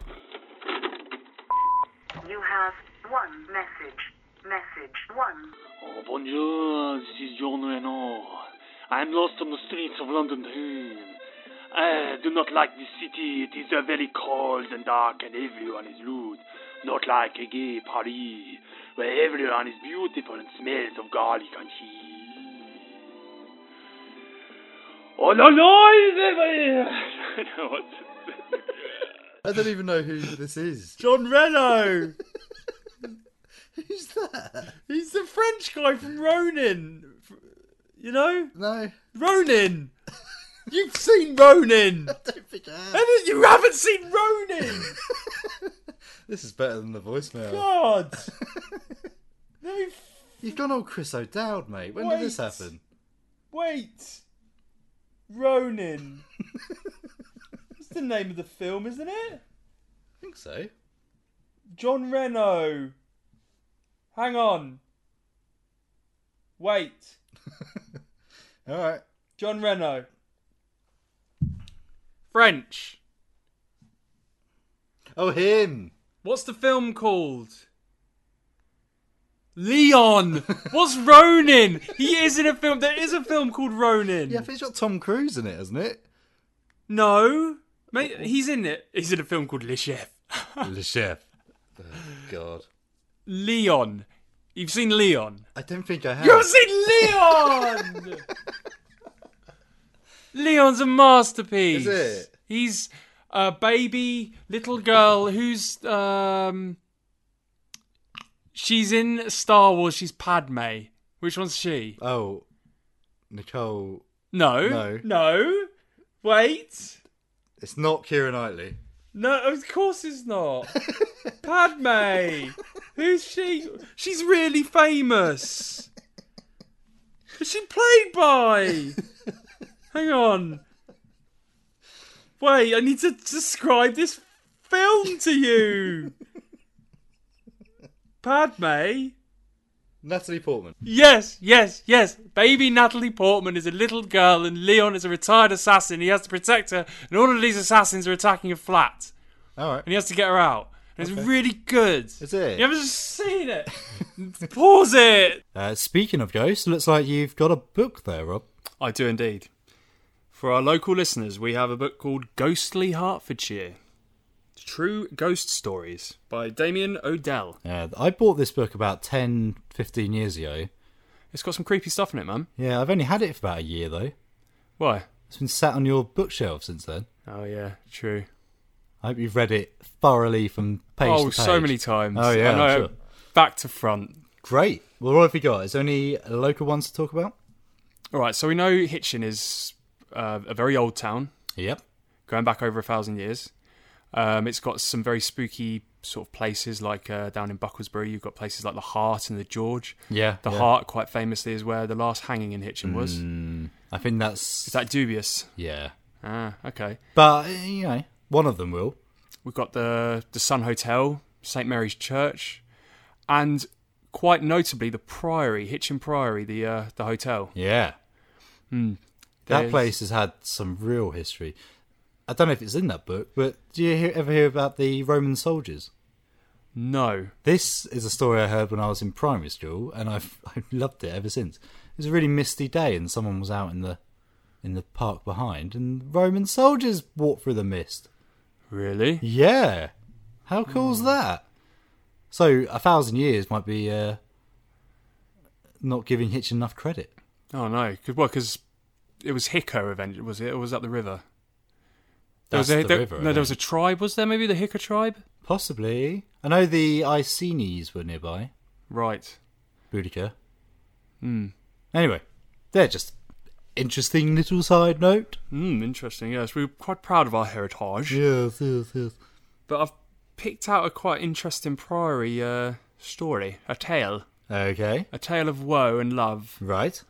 Speaker 10: You have one message. Message one.
Speaker 13: Oh, bonjour, this is John Renault. I'm lost on the streets of London Town. I do not like this city. It is uh, very cold and dark, and everyone is rude. Not like a gay Paris, where everyone is beautiful and smells of garlic and cheese. Oh, no, noise everywhere! I don't know what to
Speaker 1: I don't even know who this is.
Speaker 16: John Reno.
Speaker 1: Who's that?
Speaker 16: He's the French guy from Ronin. F- You know?
Speaker 1: No.
Speaker 16: Ronin. You've seen Ronin. I
Speaker 1: don't think
Speaker 16: I You haven't seen Ronin.
Speaker 1: This is better than the voicemail.
Speaker 16: God.
Speaker 1: You've gone all Chris O'Dowd, mate. When did this
Speaker 16: Wait.
Speaker 1: happen?
Speaker 16: Wait. Ronin. That's the name of the film, isn't it?
Speaker 1: I think so.
Speaker 16: John Reno. Hang on. Wait.
Speaker 1: All right.
Speaker 16: John Reno.
Speaker 2: French.
Speaker 1: Oh, him.
Speaker 2: What's the film called? Leon. What's Ronin? He is in a film. There is a film called Ronin.
Speaker 1: Yeah, I think it's got Tom Cruise in it, hasn't it?
Speaker 2: No. Mate, he's in it. He's in a film called Le Chef.
Speaker 1: Le Chef. Oh, God.
Speaker 2: Leon. You've seen Leon.
Speaker 1: I don't think I have.
Speaker 2: You've seen Leon. Leon's a masterpiece.
Speaker 1: Is it?
Speaker 2: He's a baby little girl who's um. She's in Star Wars. She's Padme. Which one's she?
Speaker 1: Oh, Nicole.
Speaker 2: No.
Speaker 1: No.
Speaker 2: No. Wait.
Speaker 1: It's not Kira Knightley.
Speaker 2: No, of course it's not. Padme. Who's she? She's really famous. Is she played by? Hang on. Wait, I need to describe this film to you. Padme.
Speaker 1: Natalie Portman.
Speaker 2: Yes, yes, yes. Baby Natalie Portman is a little girl, and Leon is a retired assassin. He has to protect her, and all of these assassins are attacking a flat.
Speaker 1: All right.
Speaker 2: And he has to get her out. And
Speaker 1: Okay.
Speaker 2: It's really good.
Speaker 1: Is it?
Speaker 2: You haven't seen it. Pause it.
Speaker 1: Uh, speaking of ghosts, looks like you've got a book there, Rob.
Speaker 2: I do indeed. For our local listeners, we have a book called Ghostly Hertfordshire True Ghost Stories by Damien Odell.
Speaker 1: Yeah, Uh, I bought this book about 10, 15 years ago.
Speaker 2: It's got some creepy stuff in it, man.
Speaker 1: Yeah, I've only had it for about a year, though.
Speaker 2: Why?
Speaker 1: It's been sat on your bookshelf since then.
Speaker 2: Oh, yeah, true.
Speaker 1: I hope you've read it thoroughly from page
Speaker 2: oh,
Speaker 1: to page.
Speaker 2: so many times.
Speaker 1: Oh, yeah.
Speaker 2: I know.
Speaker 1: I'm sure.
Speaker 2: Back to front.
Speaker 1: Great. Well, what have you got? Is there any local ones to talk about?
Speaker 2: All right, so we know Hitchin is uh, a very old town.
Speaker 1: Yep.
Speaker 2: Going back over a thousand years. Um, it's got some very spooky sort of places, like uh, down in Bucklesbury, you've got places like the Heart and the George.
Speaker 1: Yeah,
Speaker 2: The
Speaker 1: yeah.
Speaker 2: Heart, quite famously, is where the last hanging in Hitchin was.
Speaker 1: Mm, I think that's.
Speaker 2: Is that dubious?
Speaker 1: Yeah.
Speaker 2: Ah, okay.
Speaker 1: But, you know, one of them will.
Speaker 2: We've got the the Sun Hotel, St Mary's Church, and quite notably the Priory, Hitchin Priory, the uh, the hotel.
Speaker 1: Yeah.
Speaker 2: Mm.
Speaker 1: Hmm. That
Speaker 2: There's-
Speaker 1: place has had some real history. I don't know if it's in that book, but do you hear, ever hear about the Roman soldiers?
Speaker 2: No.
Speaker 1: This is a story I heard when I was in primary school, and I've I've loved it ever since. It was a really misty day, and someone was out in the in the park behind, and Roman soldiers walked through the mist.
Speaker 2: Really? Hmm.
Speaker 1: Yeah. How cool's that? So a thousand years might be uh, not giving Hitch enough credit.
Speaker 2: Oh no, Cause, well, because it was Hicker event, was it, or was that the river?
Speaker 1: That's
Speaker 2: was a,
Speaker 1: the river, I
Speaker 2: No, there was a
Speaker 1: think.
Speaker 2: tribe. Was there maybe the Hicker tribe?
Speaker 1: Possibly. I know the Icenies were nearby.
Speaker 2: Right. Hmm.
Speaker 1: Boudica. Anyway, they're just interesting little side note.
Speaker 2: Hmm. Interesting. Yes, we we're quite proud of our heritage.
Speaker 1: Yes, yes, yes.
Speaker 2: But I've picked out a quite interesting priory uh, story, a tale,
Speaker 1: Okay.
Speaker 2: a tale of woe and love.
Speaker 1: Right.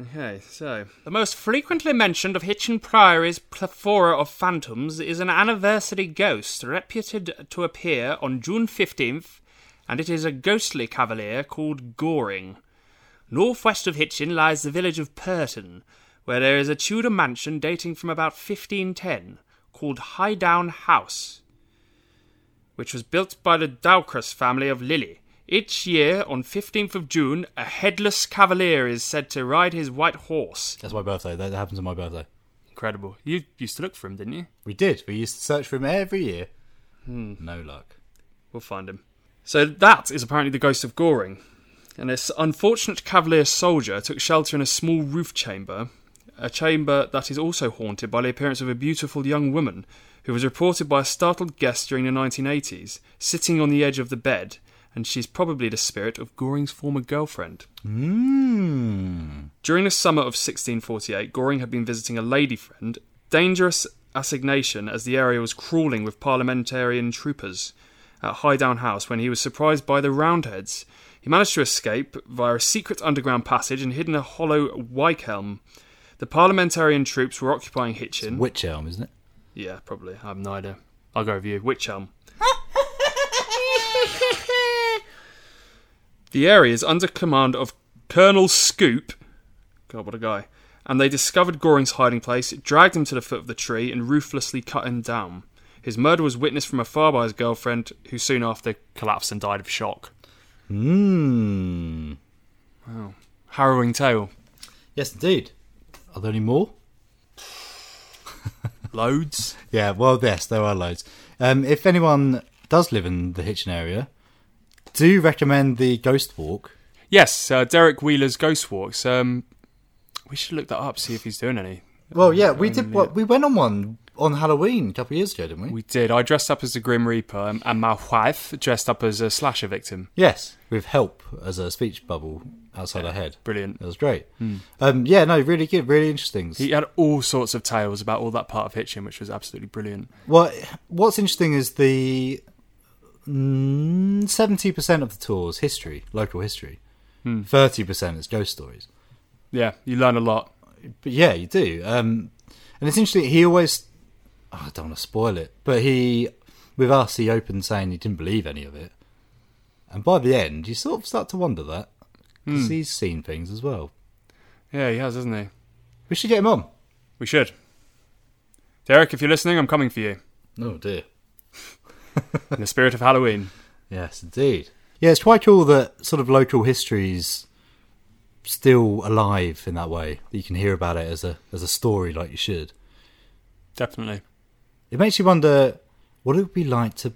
Speaker 7: Okay, so the most frequently mentioned of Hitchin Priory's plethora of phantoms is an anniversary ghost reputed to appear on June 15th, and it is a ghostly cavalier called Goring. Northwest of Hitchin lies the village of Purton, where there is a Tudor mansion dating from about 1510 called Highdown House which was built by the Dowcras family of Lilly. Each year, on 15th of June, a headless cavalier is said to ride his white horse.
Speaker 1: That's my birthday. That happens on my birthday.
Speaker 2: Incredible. You used to look for him, didn't you?
Speaker 1: We did. We used to search for him every year. No luck.
Speaker 7: Hmm. We'll find him. So that is apparently the ghost of Goring. And this unfortunate cavalier soldier took shelter in a small roof chamber, a chamber that is also haunted by the appearance of a beautiful young woman who was reported by a startled guest during the 1980s, sitting on the edge of the bed, and she's probably the spirit of Goring's former girlfriend.
Speaker 1: Mmm.
Speaker 7: During the summer of 1648, Goring had been visiting a lady friend. Dangerous assignation as the area was crawling with parliamentarian troopers at Highdown House when he was surprised by the Roundheads. He managed to escape via a secret underground passage and hid in a hollow wyke elm. The parliamentarian troops were occupying Hitchin.
Speaker 1: Witch Elm, isn't it?
Speaker 7: Yeah, probably. I have no idea. I'll go with you. Witch Elm. the area is under command of Colonel Scoop. God, what a guy. And they discovered Goring's hiding place, dragged him to the foot of the tree, and ruthlessly cut him down. His murder was witnessed from afar by his girlfriend, who soon after collapsed and died of shock.
Speaker 1: Mmm.
Speaker 7: Wow. Harrowing tale.
Speaker 1: Yes, indeed. Are there any more?
Speaker 2: Loads.
Speaker 1: Yeah, well, yes, there are loads. Um, if anyone does live in the Hitchin area, do recommend the Ghost Walk.
Speaker 2: Yes, uh, Derek Wheeler's Ghost Walks. Um, we should look that up, see if he's doing any.
Speaker 1: Well, yeah,
Speaker 7: Um,
Speaker 1: we did. What we went on one on Halloween a couple of years ago, didn't we?
Speaker 2: We did. I dressed up as the Grim Reaper, um, and my wife dressed up as a slasher victim.
Speaker 1: Yes, with help as a speech bubble outside her head.
Speaker 2: Brilliant.
Speaker 1: That was great.
Speaker 7: Hmm.
Speaker 1: Um, yeah, no, really good, really interesting.
Speaker 2: He had all sorts of tales about all that part of Hitchin, which was absolutely brilliant.
Speaker 1: Well, what's interesting is the mm, seventy percent of the tours history, local history.
Speaker 2: Hmm.
Speaker 1: Thirty percent is ghost stories.
Speaker 2: Yeah, you learn a lot.
Speaker 1: But yeah, you do. Um, and it's interesting. He always, oh, I don't want to spoil it, but he, with us, he opened saying he didn't believe any of it. And by the end, you sort of start to wonder that because
Speaker 2: Hmm.
Speaker 1: he's seen things as well.
Speaker 2: Yeah, he has, hasn't he?
Speaker 1: We should get him on.
Speaker 2: We should. Derek, if you're listening, I'm coming for you.
Speaker 1: Oh dear.
Speaker 2: In the spirit of Halloween.
Speaker 1: Yes, indeed. Yeah, it's quite cool that sort of local history's still alive in that way. That you can hear about it as a as a story, like you should.
Speaker 2: Definitely.
Speaker 1: It makes you wonder what it would be like to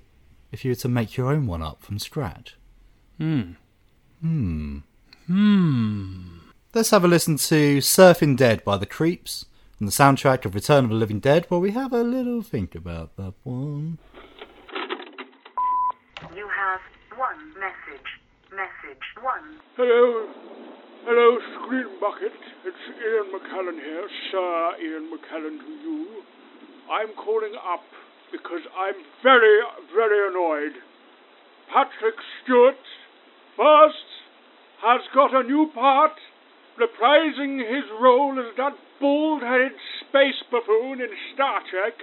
Speaker 1: if you were to make your own one up from scratch.
Speaker 2: Hmm.
Speaker 1: Hmm.
Speaker 2: Hmm.
Speaker 1: Let's have a listen to Surfing Dead by The Creeps and the soundtrack of Return of the Living Dead while we have a little think about that one.
Speaker 10: You have one message. Message one.
Speaker 17: Hello. Hello, Screen Bucket. It's Ian McKellen here, Sir Ian McKellen to you. I'm calling up because I'm very, very annoyed. Patrick Stewart, first, has got a new part reprising his role as that bald headed space buffoon in Star Trek,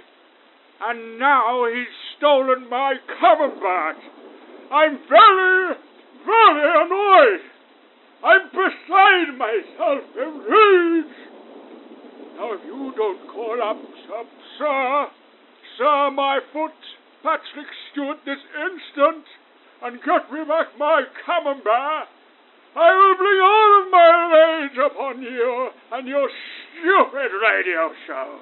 Speaker 17: and now he's stolen my Covenbart. I'm very, very annoyed. I'm beside myself with rage. Now, if you don't call up, sir, sir, sir, my foot, Patrick Stewart, this instant, and get me back my camembert, I will bring all of my rage upon you and your stupid radio show.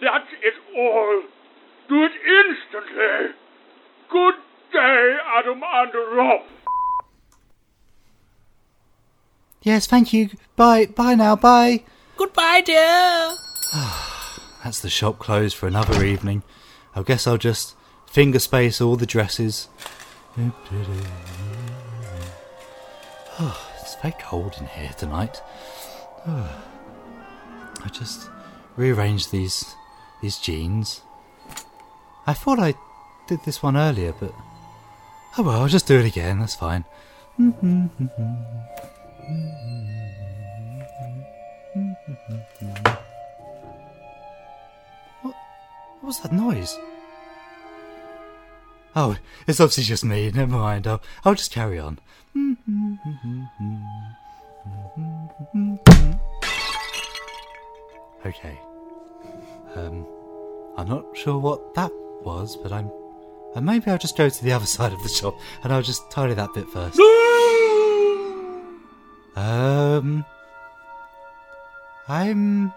Speaker 17: That is all. Do it instantly. Good day, Adam and Rob.
Speaker 1: Yes, thank you. Bye. Bye now. Bye.
Speaker 18: Goodbye, dear.
Speaker 1: That's the shop closed for another evening. I guess I'll just finger space all the dresses. Oh, it's very cold in here tonight. Oh, I just rearranged these these jeans. I thought I did this one earlier, but oh well, I'll just do it again. That's fine. What was that noise? Oh, it's obviously just me. Never mind. I'll, I'll just carry on. Okay. Um, I'm not sure what that was, but I'm. And maybe I'll just go to the other side of the shop and I'll just tidy that bit first. um. I'm.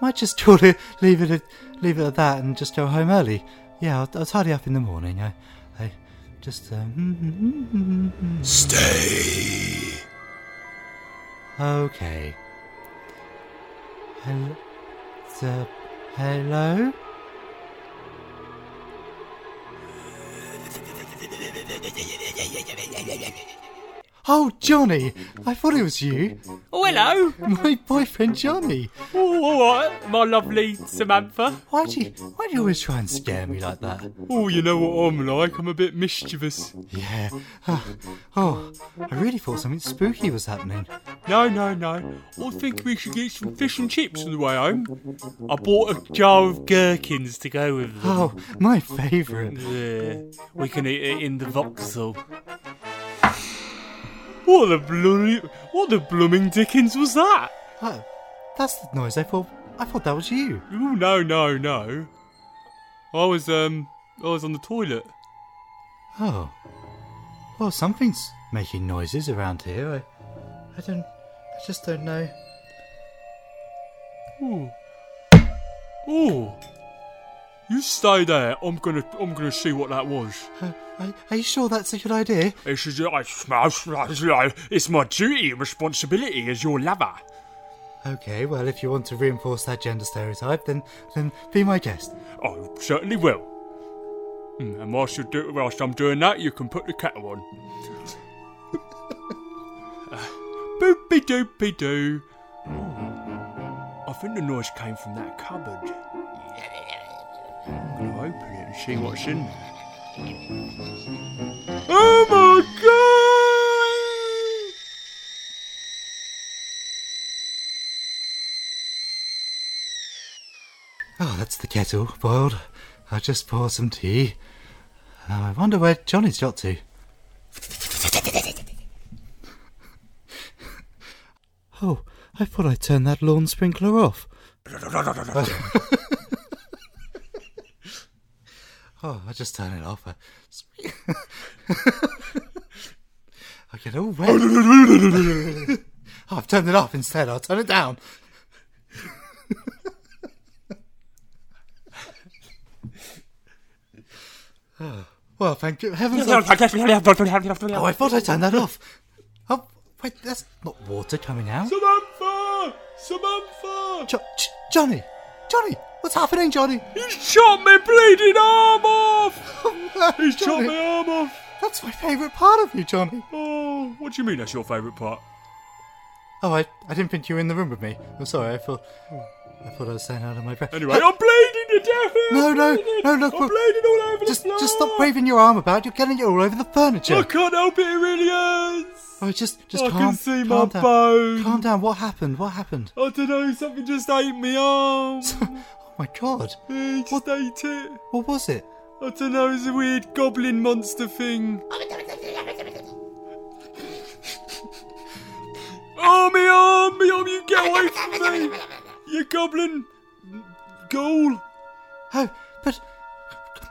Speaker 1: Might just call it, leave it, at, leave it at that, and just go home early. Yeah, I'll, I'll tidy up in the morning. I, I just uh, mm, um, stay. Okay. Hello. The, hello. Oh, Johnny! I thought it was you.
Speaker 18: Oh, hello.
Speaker 1: My boyfriend Johnny.
Speaker 18: Oh, all right, my lovely Samantha.
Speaker 1: Why do you why do you always try and scare me like that?
Speaker 2: Oh, you know what I'm like? I'm a bit mischievous.
Speaker 1: Yeah. Ah, Oh, I really thought something spooky was happening.
Speaker 2: No, no, no. I think we should get some fish and chips on the way home. I bought a jar of gherkins to go with them.
Speaker 1: Oh, my favourite.
Speaker 18: Yeah, we can eat it in the Vauxhall.
Speaker 2: What the blooming, what the blooming dickens was that?
Speaker 1: Oh, that's the noise. I thought I thought that was you.
Speaker 2: Ooh, no, no, no. I was um, I was on the toilet.
Speaker 1: Oh. Well, something's making noises around here. I, I don't. I just don't know.
Speaker 2: Ooh. Ooh. You stay there. I'm gonna, I'm gonna see what that was.
Speaker 1: I, Are, are you sure that's a good idea?
Speaker 19: It's, it's my duty and responsibility as your lover.
Speaker 1: Okay, well, if you want to reinforce that gender stereotype, then then be my guest.
Speaker 19: I certainly will. Mm, And whilst, you do, whilst I'm doing that, you can put the kettle on. Boopy doopy doo. I think the noise came from that cupboard. I'm gonna open it and see what's in there. Oh my god!
Speaker 1: Oh, that's the kettle boiled. I just poured some tea. Now I wonder where Johnny's got to. Oh, I thought I turned that lawn sprinkler off. oh, I just turn it off. I, I get all wet. oh, I've turned it off instead. I'll turn it down. Oh, well, thank you. Heavens. I've- oh, I thought I turned that off. Oh, wait, that's not water coming out.
Speaker 17: Samantha! Samantha!
Speaker 1: Jo- J- Johnny! Johnny! What's happening, Johnny?
Speaker 19: He's shot my bleeding arm off!
Speaker 1: He's
Speaker 19: shot my arm off!
Speaker 1: Oh, That's my favourite part of you, Johnny.
Speaker 19: Oh, what do you mean that's your favourite part?
Speaker 1: Oh, I, I didn't think you were in the room with me. I'm sorry, I thought I thought I was saying out of my breath.
Speaker 19: Anyway, I'm bleeding to death! here,
Speaker 1: No,
Speaker 19: I'm
Speaker 1: no,
Speaker 19: bleeding.
Speaker 1: no, look,
Speaker 19: I'm
Speaker 1: look.
Speaker 19: bleeding all over
Speaker 1: just,
Speaker 19: the floor!
Speaker 1: just stop waving your arm about. You're getting it all over the furniture.
Speaker 19: I can't help it, it really hurts!
Speaker 1: oh, just, just
Speaker 19: I
Speaker 1: calm,
Speaker 19: can see
Speaker 1: calm
Speaker 19: my
Speaker 1: down.
Speaker 19: bone.
Speaker 1: Calm down. What happened? What happened?
Speaker 19: I don't know, something just ate me arm!
Speaker 1: Oh my God!
Speaker 19: He just ate it.
Speaker 1: What was it?
Speaker 19: I don't know, it's a weird goblin monster thing. Oh, me arm, me arm, you get away from me! You goblin! Ghoul!
Speaker 1: Oh, but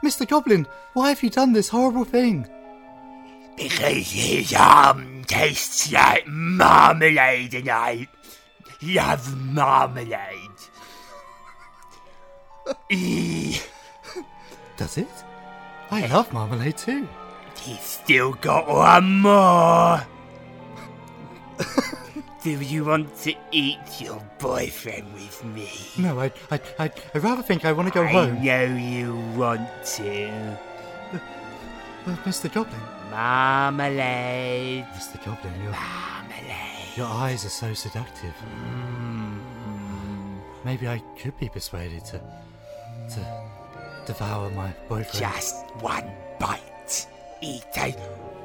Speaker 1: Mr. Goblin, why have you done this horrible thing?
Speaker 12: Because his arm tastes like marmalade and I love marmalade. Eh,
Speaker 1: Does it? I love marmalade too.
Speaker 12: He's still got one more. Do you want to eat your boyfriend with me?
Speaker 1: No, I, I, I, I rather think I want to go
Speaker 12: I
Speaker 1: home.
Speaker 12: know you want to.
Speaker 1: Well, Mr. Goblin,
Speaker 12: Marmalade.
Speaker 1: Mr. Goblin, your your eyes are so seductive. Maybe I could be persuaded to to devour my boyfriend.
Speaker 12: Just one bite. Eat it.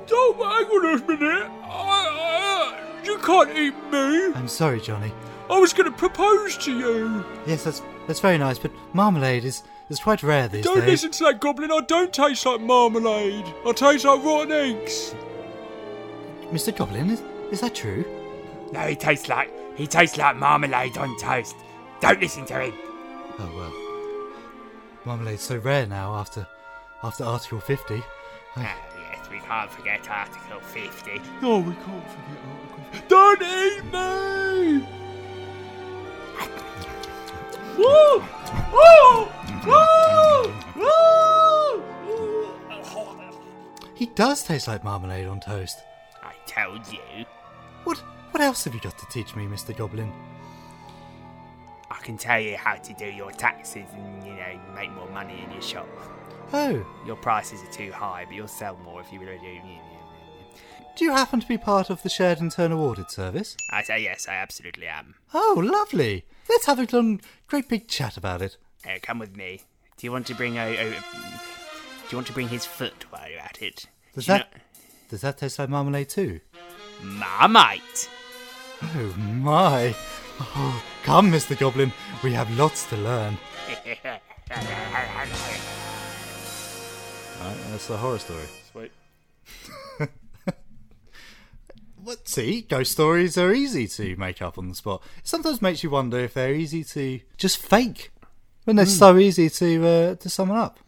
Speaker 19: Don't hang on a minute! I, I, you can't eat me!
Speaker 1: I'm sorry, Johnny.
Speaker 19: I was going to propose to you!
Speaker 1: Yes, that's that's very nice, but marmalade is is quite rare these
Speaker 19: Don't
Speaker 1: days.
Speaker 19: listen to that goblin, I don't taste like marmalade. I taste like rotten eggs.
Speaker 1: Mr. Goblin, is is that true?
Speaker 12: No, he tastes like he tastes like marmalade on toast. Don't listen to him.
Speaker 1: Oh well, marmalade's so rare now after after Article Uh, 50. I,
Speaker 19: Ah.
Speaker 12: Yes, we can't forget Article 50.
Speaker 19: No, we can't forget Article 50. Don't eat me! Woo! Woo! Woo!
Speaker 1: he does taste like marmalade on toast.
Speaker 12: I told you.
Speaker 1: What what else have you got to teach me, Mr. Goblin?
Speaker 12: I can tell you how to do your taxes and you know make more money in your shop.
Speaker 1: Oh,
Speaker 12: Your prices are too high, but you'll sell more if you really do.
Speaker 1: do you happen to be part of the Shared Internal Audit Service?
Speaker 12: I say yes, I absolutely am.
Speaker 1: Oh, lovely. Let's have a long, great big chat about it.
Speaker 12: Uh, come with me. Do you want to bring a, a? Do you want to bring his foot while you're at it?
Speaker 1: Does
Speaker 12: Do you
Speaker 1: that does that taste like marmalade too?
Speaker 12: know- Marmite.
Speaker 1: Oh my! Oh, come, Mr. Goblin, we have lots to learn. Right, Uh, that's the horror story.
Speaker 19: Sweet.
Speaker 1: What? See, ghost stories are easy to make up on the spot. It sometimes makes you wonder if they're easy to just fake when they're so easy to uh, to summon up.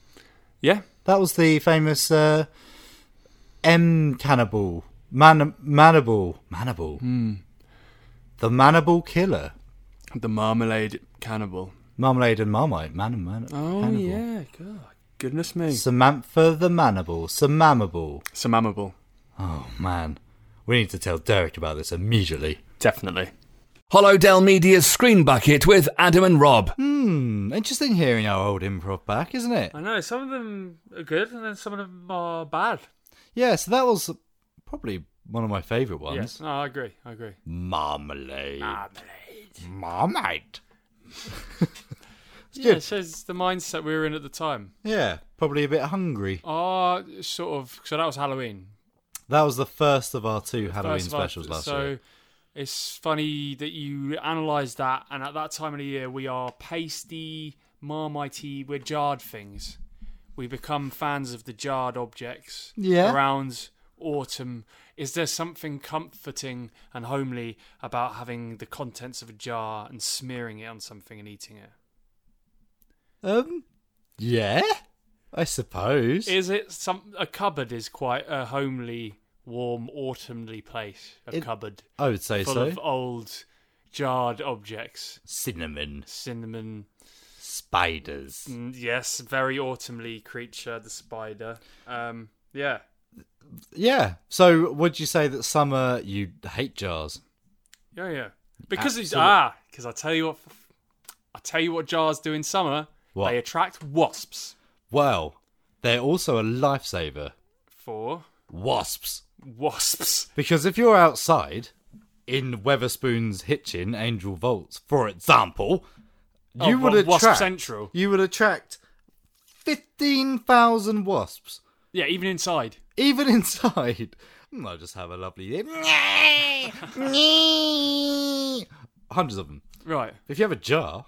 Speaker 7: Yeah.
Speaker 1: That was the famous uh, M cannibal, man, manable, manable, the manable killer,
Speaker 7: Hmm. The marmalade cannibal.
Speaker 1: marmalade and marmite, man and man.
Speaker 7: Oh
Speaker 1: cannibal.
Speaker 7: yeah, God. Goodness me.
Speaker 1: Samantha the Manable. Samamable.
Speaker 7: Samamable.
Speaker 1: Oh, man. We need to tell Derek about this immediately.
Speaker 7: Definitely.
Speaker 20: Hollowdale Media's Screen Bucket with Adam and Rob.
Speaker 1: Hmm, interesting hearing our old improv back, isn't it?
Speaker 2: I know some of them are good, and then some of them are bad.
Speaker 1: Yeah, so that was probably one of my favourite ones.
Speaker 2: Yes, no, I agree. I agree.
Speaker 1: Marmalade.
Speaker 2: Marmalade.
Speaker 1: Marmite.
Speaker 2: yeah, it shows the mindset we were in at the time.
Speaker 1: Yeah, probably a bit hungry.
Speaker 2: Ah, sort of. So that was Halloween.
Speaker 1: That was the first of our two Halloween
Speaker 2: First of all,
Speaker 1: specials last
Speaker 2: so
Speaker 1: year.
Speaker 2: it's funny that you analyse that, and at that time of the year, we are pasty, marmitey, we're jarred things. We become fans of the jarred objects
Speaker 1: Yeah.
Speaker 2: around autumn. Is there something comforting and homely about having the contents of a jar and smearing it on something and eating it?
Speaker 1: Um, yeah, I suppose.
Speaker 2: Is it some a cupboard is quite a homely, warm, autumnly place? A
Speaker 1: It-
Speaker 2: cupboard.
Speaker 1: I would say
Speaker 2: full
Speaker 1: so.
Speaker 2: of old, jarred objects.
Speaker 1: Cinnamon.
Speaker 2: Cinnamon.
Speaker 1: Spiders.
Speaker 2: Mm, Yes, very autumnly creature, the spider. Um, yeah.
Speaker 1: Yeah. So would you say that summer you hate jars?
Speaker 2: Yeah, yeah. Because it's
Speaker 1: Absolute-
Speaker 2: ah, because I tell you what, I tell you what jars do in summer.
Speaker 1: What?
Speaker 2: They attract wasps.
Speaker 1: Well, they're also a lifesaver.
Speaker 2: For
Speaker 1: Wasps.
Speaker 2: wasps.
Speaker 1: Because if you're outside in Weatherspoon's Hitchin, Angel Vaults, for example,
Speaker 2: Oh,
Speaker 1: you would
Speaker 2: well, Wasp
Speaker 1: attract
Speaker 2: Central.
Speaker 1: You would attract fifteen thousand wasps,
Speaker 2: Yeah, even inside.
Speaker 1: even inside. Hmm, I'll just have a lovely hundreds of them.
Speaker 2: Right.
Speaker 1: If you have a jar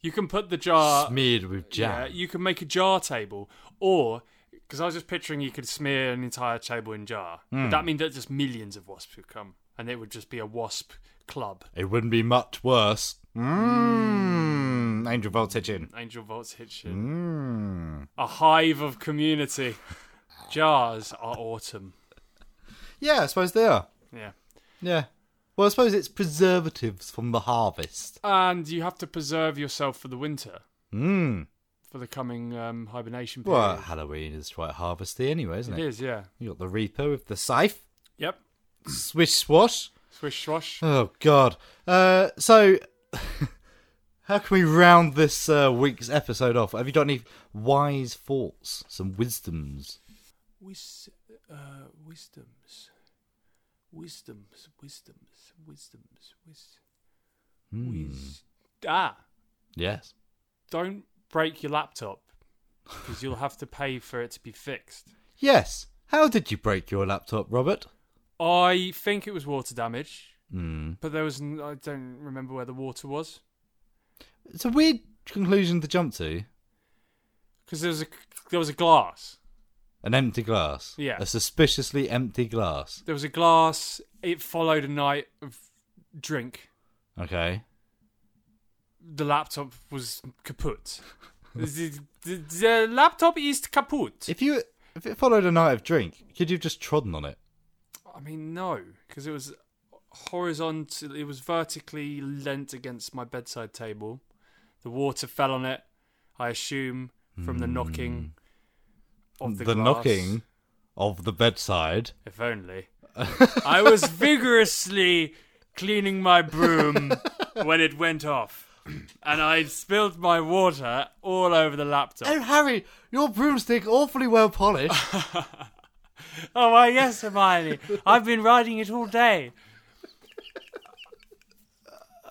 Speaker 2: You can put the jar
Speaker 1: smeared with
Speaker 2: Yeah,
Speaker 1: jam,
Speaker 2: you can make a jar table, or because I was just picturing you could smear an entire table in jar.
Speaker 1: Hmm.
Speaker 2: Would that mean that just millions of wasps would come, and it would just be a wasp club?
Speaker 1: it wouldn't be much worse. Mmm, Angel Vaults Hitchin.
Speaker 2: Angel Vaults Hitchin,
Speaker 1: Mmm.
Speaker 2: a hive of community. Jars are autumn.
Speaker 1: Yeah, I suppose they are.
Speaker 2: Yeah,
Speaker 1: Yeah. Well, I suppose it's preservatives from the harvest.
Speaker 2: and you have to preserve yourself for the winter,
Speaker 1: Mmm.
Speaker 2: for the coming um, hibernation period.
Speaker 1: Well, Halloween is quite harvesty anyway, isn't it?
Speaker 2: It is, yeah.
Speaker 1: You got the Reaper with the scythe.
Speaker 2: Yep.
Speaker 1: Swish swash.
Speaker 2: Swish swash.
Speaker 1: Oh God. Uh, so how can we round this uh, week's episode off? Have you got any wise thoughts, some wisdoms?
Speaker 13: Wis- uh, wisdoms. Wisdoms, wisdoms, wisdoms, wisdoms.
Speaker 1: Hmm.
Speaker 2: Ah,
Speaker 1: Yes.
Speaker 2: don't break your laptop because you'll have to pay for it to be fixed.
Speaker 1: Yes. How did you break your laptop, Robert?
Speaker 2: I think it was water damage,
Speaker 1: Hmm.
Speaker 2: but there was n- I don't remember where the water was
Speaker 1: It's a weird conclusion to jump to.
Speaker 2: because there was a there was a glass.
Speaker 1: An empty glass.
Speaker 2: Yeah.
Speaker 1: A suspiciously empty glass.
Speaker 2: There was a glass. It followed a night of drink.
Speaker 1: Okay.
Speaker 2: The laptop was kaput. the, the, the laptop is kaput.
Speaker 1: If you if it followed a night of drink, could you have just trodden on it?
Speaker 2: I mean, no, because it was horizontal. It was vertically leant against my bedside table. The water fell on it. I assume from the knocking of the, glass.
Speaker 1: Hmm. knocking of the bedside.
Speaker 2: If only. I was vigorously cleaning my broom when it went off. And I spilled my water all over the laptop.
Speaker 1: Oh, Harry, your broomstick awfully well polished.
Speaker 2: Oh, why, yes, Hermione. I've been riding it all day.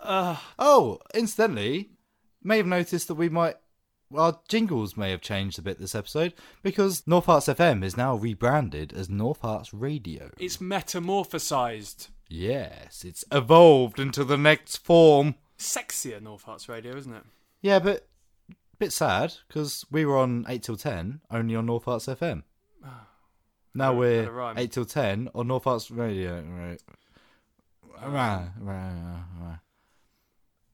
Speaker 1: oh, incidentally, may have noticed that we might our jingles may have changed a bit this episode because North Hearts FM is now rebranded as North Hearts Radio.
Speaker 2: It's metamorphosized.
Speaker 1: Yes, it's evolved into the next form.
Speaker 2: Sexier North Hearts Radio, isn't it?
Speaker 1: Yeah, but bit sad because we were on eight till ten only on North Arts FM. Now
Speaker 2: Had a-
Speaker 1: we're
Speaker 2: had a rhyme.
Speaker 1: eight till ten on North Arts Radio. Right, right, right, right.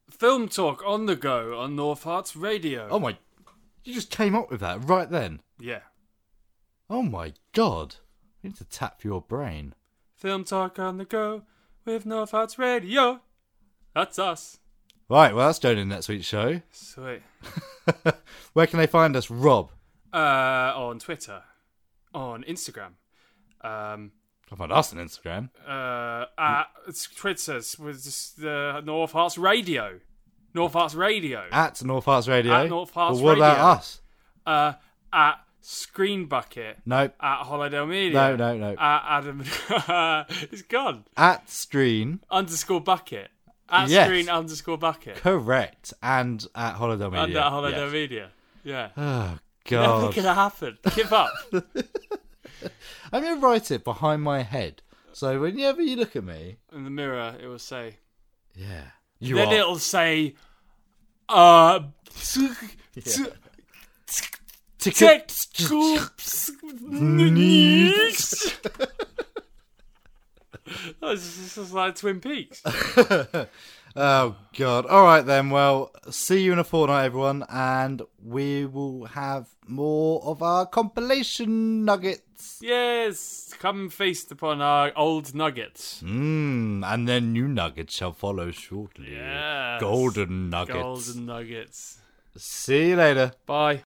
Speaker 2: Film talk on the go on North Hearts Radio.
Speaker 1: Oh my! You just came up with that right then.
Speaker 2: Yeah.
Speaker 1: Oh my god! We need to tap your brain.
Speaker 2: Film talk on the go with North Hearts Radio. That's us.
Speaker 1: Right, well that's joining next week's show.
Speaker 2: Sweet.
Speaker 1: Where can they find us, Rob?
Speaker 2: Uh, on Twitter, on Instagram. Um,
Speaker 1: I've had us on Instagram.
Speaker 2: uh, at it's Twitter was just the North Hearts Radio. North Hearts Radio.
Speaker 1: At North Hearts Radio.
Speaker 2: At North Hearts
Speaker 1: But what about
Speaker 2: Radio.
Speaker 1: us?
Speaker 2: Uh, at Screen Bucket.
Speaker 1: Nope.
Speaker 2: At Holiday Media.
Speaker 1: No, no, no.
Speaker 2: At Adam. it's gone.
Speaker 1: At Screen.
Speaker 2: Underscore Bucket. At
Speaker 1: Yes.
Speaker 2: Screen underscore Bucket.
Speaker 1: Correct. And at Holiday Media.
Speaker 2: And at Holiday
Speaker 1: yes.
Speaker 2: Media. Yeah.
Speaker 1: Oh,
Speaker 2: You're Never
Speaker 1: God.
Speaker 2: gonna happen. Give up.
Speaker 1: I'm going to write it behind my head. So whenever you look at me,
Speaker 2: In the mirror, it will say.
Speaker 1: yeah, you
Speaker 2: then
Speaker 1: are.
Speaker 2: it'll say, uh, Techscoops. This is like Twin Peaks.
Speaker 1: oh god. All right then. Well, see you in a fortnight, everyone, and we will have more of our compilation nuggets.
Speaker 2: Yes, come feast upon our old nuggets.
Speaker 1: Mmm, and then new nuggets shall follow shortly.
Speaker 2: Yes.
Speaker 1: Golden nuggets.
Speaker 2: Golden nuggets.
Speaker 1: See you later.
Speaker 2: Bye.